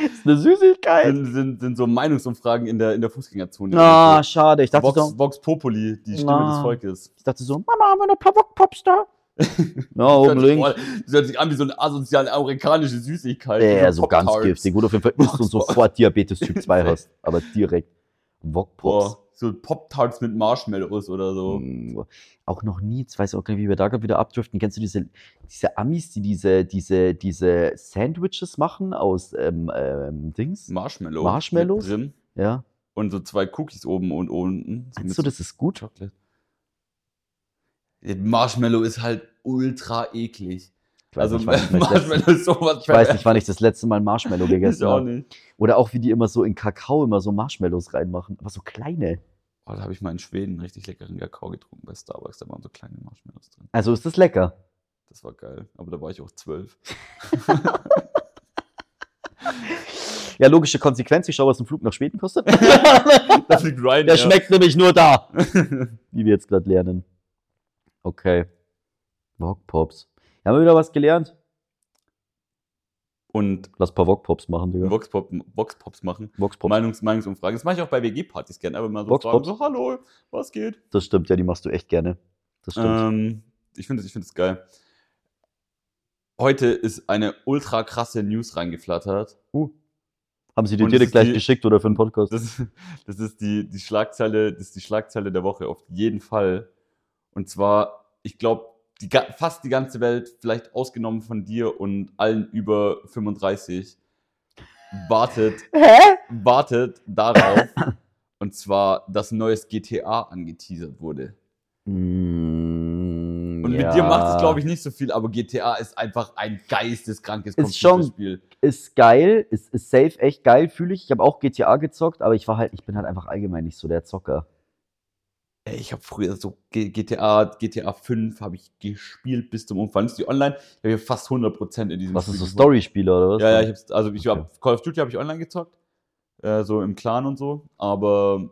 Speaker 3: Das ist eine Süßigkeit.
Speaker 2: sind, sind, sind so Meinungsumfragen in der, in der Fußgängerzone.
Speaker 3: Na, schade. Ich dachte, so,
Speaker 2: Vox, Vox Populi, die Stimme
Speaker 3: Na.
Speaker 2: des Volkes.
Speaker 3: ich dachte so, Mama, haben wir noch ein paar Vox Pops da? Na,
Speaker 2: Das
Speaker 3: oben
Speaker 2: hört sich-
Speaker 3: links.
Speaker 2: boah, Das hört sich an wie so eine asoziale amerikanische Süßigkeit.
Speaker 3: Ja, ja,
Speaker 2: Wie
Speaker 3: so ganz
Speaker 2: Pop-Tarts.
Speaker 3: giftig. Gut, auf jeden Fall isst
Speaker 2: Vox
Speaker 3: du
Speaker 2: Pops.
Speaker 3: sofort Diabetes Typ 2 hast. Aber direkt. Wokpops.
Speaker 2: Boah, so Pop-Tarts mit Marshmallows oder so.
Speaker 3: Mm, Auch noch nie, jetzt weiß ich auch gar nicht, wie wir da gerade wieder abdriften. Kennst du diese, diese Amis, die diese, diese, diese Sandwiches machen aus ähm, ähm, Dings?
Speaker 2: Marshmallow.
Speaker 3: Marshmallows?
Speaker 2: mit Drin.
Speaker 3: Ja.
Speaker 2: Und so zwei Cookies oben und unten. So
Speaker 3: Meinst du, das ist gut?
Speaker 2: Schokolade. Marshmallow ist halt ultra eklig.
Speaker 3: Ich weiß,
Speaker 2: Also
Speaker 3: nicht, wann ich, das letzte,
Speaker 2: Marshmallow ist sowas
Speaker 3: ich weiß nicht, wann ich das letzte Mal Marshmallow
Speaker 2: Ich
Speaker 3: gegessen
Speaker 2: auch
Speaker 3: habe.
Speaker 2: nicht.
Speaker 3: Oder auch, wie die immer so in Kakao immer so Marshmallows reinmachen. Aber so kleine.
Speaker 2: Oh, da habe ich mal in Schweden richtig leckeren Kakao getrunken bei Starbucks. Da waren so kleine Marshmallows drin.
Speaker 3: Also ist das lecker.
Speaker 2: Das war geil. Aber da war ich auch zwölf.
Speaker 3: Ja, logische Konsequenz. Ich schaue, was ein Flug nach Schweden kostet.
Speaker 2: Das liegt Ryan.
Speaker 3: Der schmeckt nämlich nur da. Wie wir jetzt gerade lernen. Okay. Wokpops. Haben wir wieder was gelernt?
Speaker 2: Und
Speaker 3: Lass ein paar Wokpops machen, Digga.
Speaker 2: Voxpop, Voxpops machen.
Speaker 3: Wokpops.
Speaker 2: Meinungs, Meinungsumfragen. Das mache ich auch bei WG-Partys gerne. Aber mal so
Speaker 3: Voxpops?
Speaker 2: fragen, so, hallo, was geht?
Speaker 3: Das stimmt, ja, die machst du echt gerne. Das stimmt.
Speaker 2: Ähm, ich finde es find das geil. Heute ist eine ultra krasse News reingeflattert.
Speaker 3: Uh. Haben sie dir
Speaker 2: und
Speaker 3: direkt
Speaker 2: es
Speaker 3: gleich
Speaker 2: die-
Speaker 3: geschickt oder für einen Podcast?
Speaker 2: Das, das ist die, die Schlagzeile, das ist die Schlagzeile der Woche, auf jeden Fall. Und zwar, ich glaube, die, ga- fast die ganze Welt, vielleicht ausgenommen von dir und allen über 35, wartet,
Speaker 3: Hä?
Speaker 2: wartet darauf. Und zwar, dass ein neues GTA angeteasert wurde.
Speaker 3: Mm,
Speaker 2: Und
Speaker 3: ja.
Speaker 2: mit dir macht es, glaube ich, nicht so viel, aber GTA ist einfach ein geisteskrankes
Speaker 3: Ist schon-
Speaker 2: Computerspiel.
Speaker 3: Ist geil, ist, ist safe, echt geil, fühle ich. Ich habe auch GTA gezockt, aber ich war halt, ich bin halt einfach allgemein nicht so der Zocker.
Speaker 2: Ey, ich habe früher so G- GTA, GTA 5 habe ich gespielt bis zum Umfallen. Ist die online? Ich habe fast 100% in diesem
Speaker 3: Was ist so
Speaker 2: gespielt.
Speaker 3: Storyspieler oder was?
Speaker 2: Ja, ja, ich hab's, also ich
Speaker 3: Okay.
Speaker 2: hab, Call of Duty habe ich online gezockt, äh, so im Clan und so, aber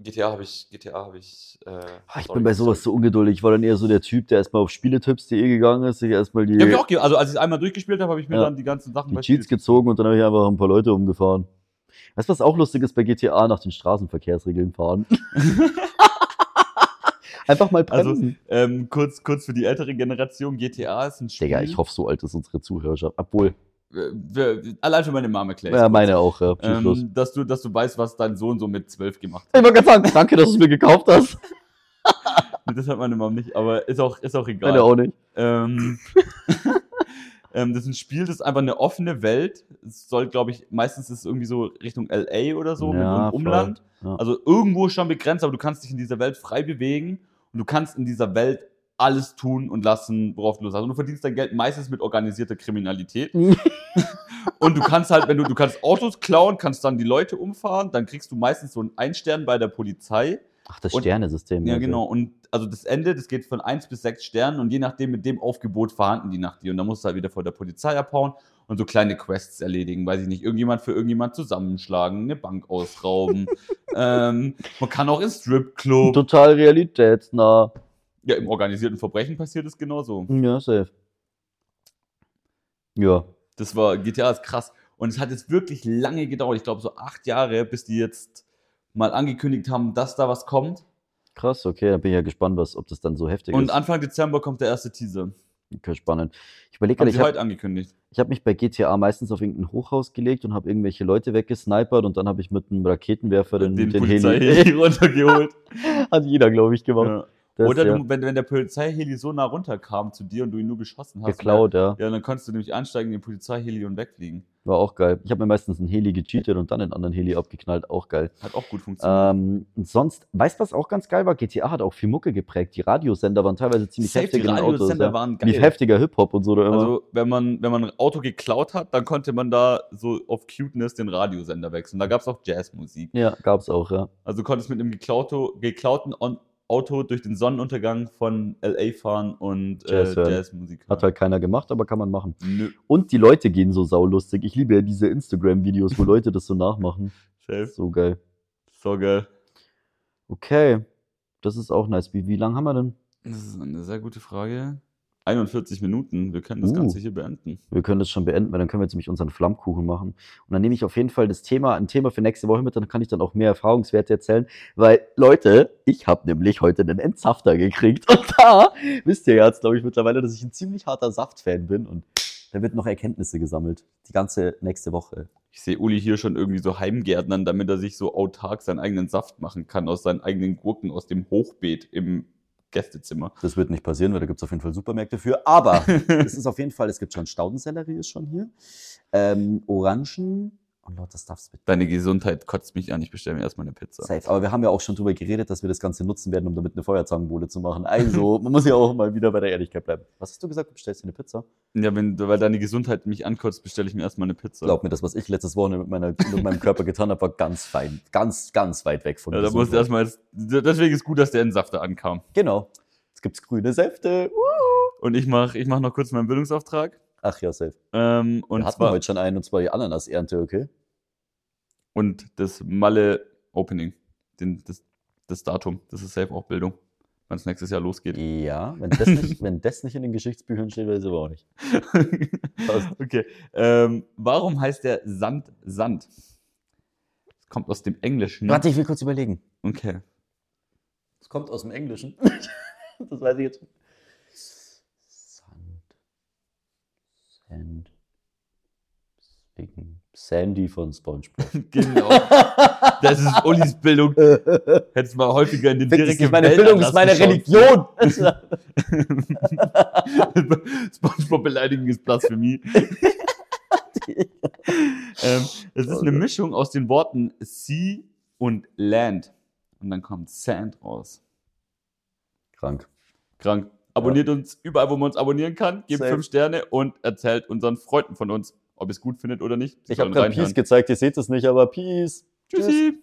Speaker 2: GTA habe ich, GTA habe ich, äh,
Speaker 3: Ah, ich
Speaker 2: Story
Speaker 3: bin bei sowas
Speaker 2: gezockt.
Speaker 3: so ungeduldig. Ich war dann eher so der Typ, der erstmal auf spieletipps.de gegangen ist, sich erstmal die,
Speaker 2: Die hab ich auch, ge- also als ich einmal durchgespielt habe, habe ich mir
Speaker 3: Ja.
Speaker 2: dann die ganzen Sachen
Speaker 3: die
Speaker 2: bei
Speaker 3: Cheats
Speaker 2: Spiel-
Speaker 3: gezogen und dann habe ich einfach ein paar Leute umgefahren. Weißt du, was auch lustig ist bei GTA nach den Straßenverkehrsregeln fahren? einfach mal
Speaker 2: Also,
Speaker 3: bremsen.
Speaker 2: ähm, kurz, kurz für die ältere Generation, GTA ist ein Spiel. äh,
Speaker 3: Digga, ich hoffe, so alt ist unsere Zuhörerschaft. Obwohl,
Speaker 2: wir, allein schon meine Mom erklärt.
Speaker 3: Ja, meine auch, ja. Schluss.
Speaker 2: ähm, dass, du, dass du weißt, was dein Sohn so mit zwölf gemacht
Speaker 3: Ich wollte gerade sagen, danke, dass du es mir gekauft hast.
Speaker 2: hat. Das hat meine Mom nicht, aber ist auch, ist auch egal.
Speaker 3: Meine auch nicht.
Speaker 2: Ähm, ähm, das ist ein Spiel, das ist einfach eine offene Welt. Es soll, glaube ich, meistens ist es irgendwie so Richtung LA oder so, mit
Speaker 3: Ja,
Speaker 2: einem
Speaker 3: voll.
Speaker 2: Umland.
Speaker 3: Ja.
Speaker 2: Also irgendwo schon begrenzt, aber du kannst dich in dieser Welt frei bewegen und du kannst in dieser Welt alles tun und lassen, worauf du Lust hast. Und du verdienst dein Geld meistens mit organisierter Kriminalität. und du kannst halt, wenn du, du kannst Autos klauen, kannst dann die Leute umfahren, dann kriegst du meistens so einen Einstern bei der Polizei.
Speaker 3: Ach, das
Speaker 2: Und-
Speaker 3: Sternesystem.
Speaker 2: Ja,
Speaker 3: okay.
Speaker 2: genau. Und also das Ende, das geht von 1 bis 6 Sternen und je nachdem, mit dem Aufgebot verhandeln die nach dir. Und dann musst du halt wieder vor der Polizei abhauen und so kleine Quests erledigen, weiß ich nicht, irgendjemand für irgendjemand zusammenschlagen, eine Bank ausrauben. ähm, man kann auch ins Stripclub.
Speaker 3: Total realitätsnah.
Speaker 2: Ja, im organisierten Verbrechen passiert es genauso.
Speaker 3: Ja, safe. Ja.
Speaker 2: Das war GTA ist krass. Und es hat jetzt wirklich lange gedauert, ich glaube so acht Jahre, bis die jetzt mal angekündigt haben, dass da was kommt.
Speaker 3: Krass, okay, dann bin ich ja gespannt, was, ob das dann so heftig
Speaker 2: Und
Speaker 3: ist.
Speaker 2: Anfang Dezember kommt der erste Teaser.
Speaker 3: Okay, spannend. Ich überlege
Speaker 2: Haben
Speaker 3: gerade,
Speaker 2: sie
Speaker 3: ich habe
Speaker 2: heute angekündigt.
Speaker 3: hab mich bei GTA meistens auf irgendein Hochhaus gelegt und habe irgendwelche Leute weggesnipert und dann habe ich mit einem Raketenwerfer den, den, Heli.
Speaker 2: Polizei runtergeholt.
Speaker 3: Hat jeder, glaube ich, gemacht.
Speaker 2: ja.
Speaker 3: Das,
Speaker 2: Oder
Speaker 3: ja,
Speaker 2: du, wenn, wenn der Polizeiheli so nah runterkam zu dir und du ihn nur geschossen hast. ne,
Speaker 3: geklaut, ja.
Speaker 2: Ja, dann konntest du nämlich einsteigen, in den Polizeiheli und wegfliegen.
Speaker 3: War auch geil. Ich habe mir meistens einen Heli gecheatet und dann den anderen Heli abgeknallt. Auch geil.
Speaker 2: Hat auch gut funktioniert.
Speaker 3: Ähm, und sonst, weißt du, was auch ganz geil war? GTA hat auch viel Mucke geprägt. Die Radiosender waren teilweise ziemlich heftig in den Autos.
Speaker 2: Radiosender
Speaker 3: ja.
Speaker 2: waren
Speaker 3: Lief
Speaker 2: geil.
Speaker 3: heftiger Hip-Hop und so da immer.
Speaker 2: Also, wenn man, wenn man ein Auto geklaut hat, dann konnte man da so auf Cuteness den Radiosender wechseln. Da gab es auch Jazzmusik.
Speaker 3: ja, gab's auch, ja.
Speaker 2: Also, du konntest mit einem geklauto, geklauten On Auto durch den Sonnenuntergang von L.A. fahren und äh,
Speaker 3: Jazz hören.
Speaker 2: Jazzmusik
Speaker 3: Hat halt keiner gemacht, aber kann man machen.
Speaker 2: Nö,
Speaker 3: Und die Leute gehen so saulustig. Ich liebe ja diese Instagram-Videos, wo Leute das so nachmachen.
Speaker 2: safe.
Speaker 3: So geil.
Speaker 2: So geil.
Speaker 3: Okay. Das ist auch nice. Wie, wie lange haben wir denn?
Speaker 2: Das ist eine sehr gute Frage. 41 Minuten, wir können das
Speaker 3: Uh.
Speaker 2: Ganze hier beenden.
Speaker 3: Wir können das schon beenden, weil dann können wir jetzt nämlich unseren Flammkuchen machen. Und dann nehme ich auf jeden Fall das Thema, ein Thema für nächste Woche mit, dann kann ich dann auch mehr Erfahrungswerte erzählen. Weil, Leute, ich habe nämlich heute einen Entsafter gekriegt. Und da wisst ihr ja jetzt, glaube ich, mittlerweile, dass ich ein ziemlich harter Saftfan bin. Und da wird noch Erkenntnisse gesammelt. Die ganze nächste Woche.
Speaker 2: Ich sehe Uli hier schon irgendwie so heimgärtnern, damit er sich so autark seinen eigenen Saft machen kann aus seinen eigenen Gurken aus dem Hochbeet im Gästezimmer.
Speaker 3: Das wird nicht passieren, weil da gibt es auf jeden Fall Supermärkte für. Aber es ist auf jeden Fall, es gibt schon Staudensellerie, ist schon hier. Ähm, Orangen Oh und lauter Stuffs mit.
Speaker 2: Deine Gesundheit kotzt mich an, ich bestelle mir erstmal eine Pizza.
Speaker 3: Safe. Aber wir haben ja auch schon drüber geredet, dass wir das Ganze nutzen werden, um damit eine Feuerzangenbowle zu machen. Also, man muss ja auch mal wieder bei der Ehrlichkeit bleiben. Was hast du gesagt? Du bestellst dir eine Pizza?
Speaker 2: Ja, wenn, weil deine Gesundheit mich ankotzt, bestelle ich mir erstmal eine Pizza.
Speaker 3: Glaub mir, das, was ich letztes Wochenende mit, meiner, mit meinem Körper getan habe, war ganz fein. Ganz, ganz weit weg von
Speaker 2: ja, da
Speaker 3: gesund.
Speaker 2: musst du erstmal jetzt, deswegen ist gut, dass der Entsafter ankam.
Speaker 3: Genau. Jetzt gibt's grüne Säfte. Uh.
Speaker 2: Und ich mache ich mach noch kurz meinen Bildungsauftrag.
Speaker 3: Ach ja, safe.
Speaker 2: Ähm, und,
Speaker 3: Wir hatten
Speaker 2: zwar,
Speaker 3: heute schon einen, und zwar die Ananas-Ernte, okay?
Speaker 2: und das Malle-Opening, den- das, das Datum, das ist safe auch Bildung, wenn es nächstes Jahr losgeht.
Speaker 3: Ja, wenn das, nicht, wenn das nicht in den Geschichtsbüchern steht, weiß ich aber auch nicht. Passt.
Speaker 2: okay. Ähm, warum heißt der Sand Sand? Es kommt aus dem Englischen.
Speaker 3: Warte, ich will kurz überlegen.
Speaker 2: Okay.
Speaker 3: Es kommt aus dem Englischen. das weiß ich jetzt schon. Sand. Sand. Wegen Sandy von SpongeBob.
Speaker 2: Genau. Das ist Ulis Bildung.
Speaker 3: Direkt
Speaker 2: Hättest mal häufiger in den
Speaker 3: Äh, ist
Speaker 2: direkten
Speaker 3: nicht meine Bildung, ist meine Religion.
Speaker 2: Religion. SpongeBob beleidigen ist Blasphemie. ähm, es
Speaker 3: Oh
Speaker 2: ist eine Mischung aus den Worten Sea und Land. Und dann kommt Sand raus.
Speaker 3: Krank.
Speaker 2: Krank. Abonniert uns überall, wo man uns abonnieren kann. Gebt
Speaker 3: Safe.
Speaker 2: fünf Sterne und erzählt unseren Freunden von uns, ob ihr es gut findet oder nicht. Sie
Speaker 3: Ich habe
Speaker 2: sollen
Speaker 3: gerade
Speaker 2: reinhören.
Speaker 3: Peace gezeigt, ihr seht es nicht, aber Peace.
Speaker 2: Tschüssi.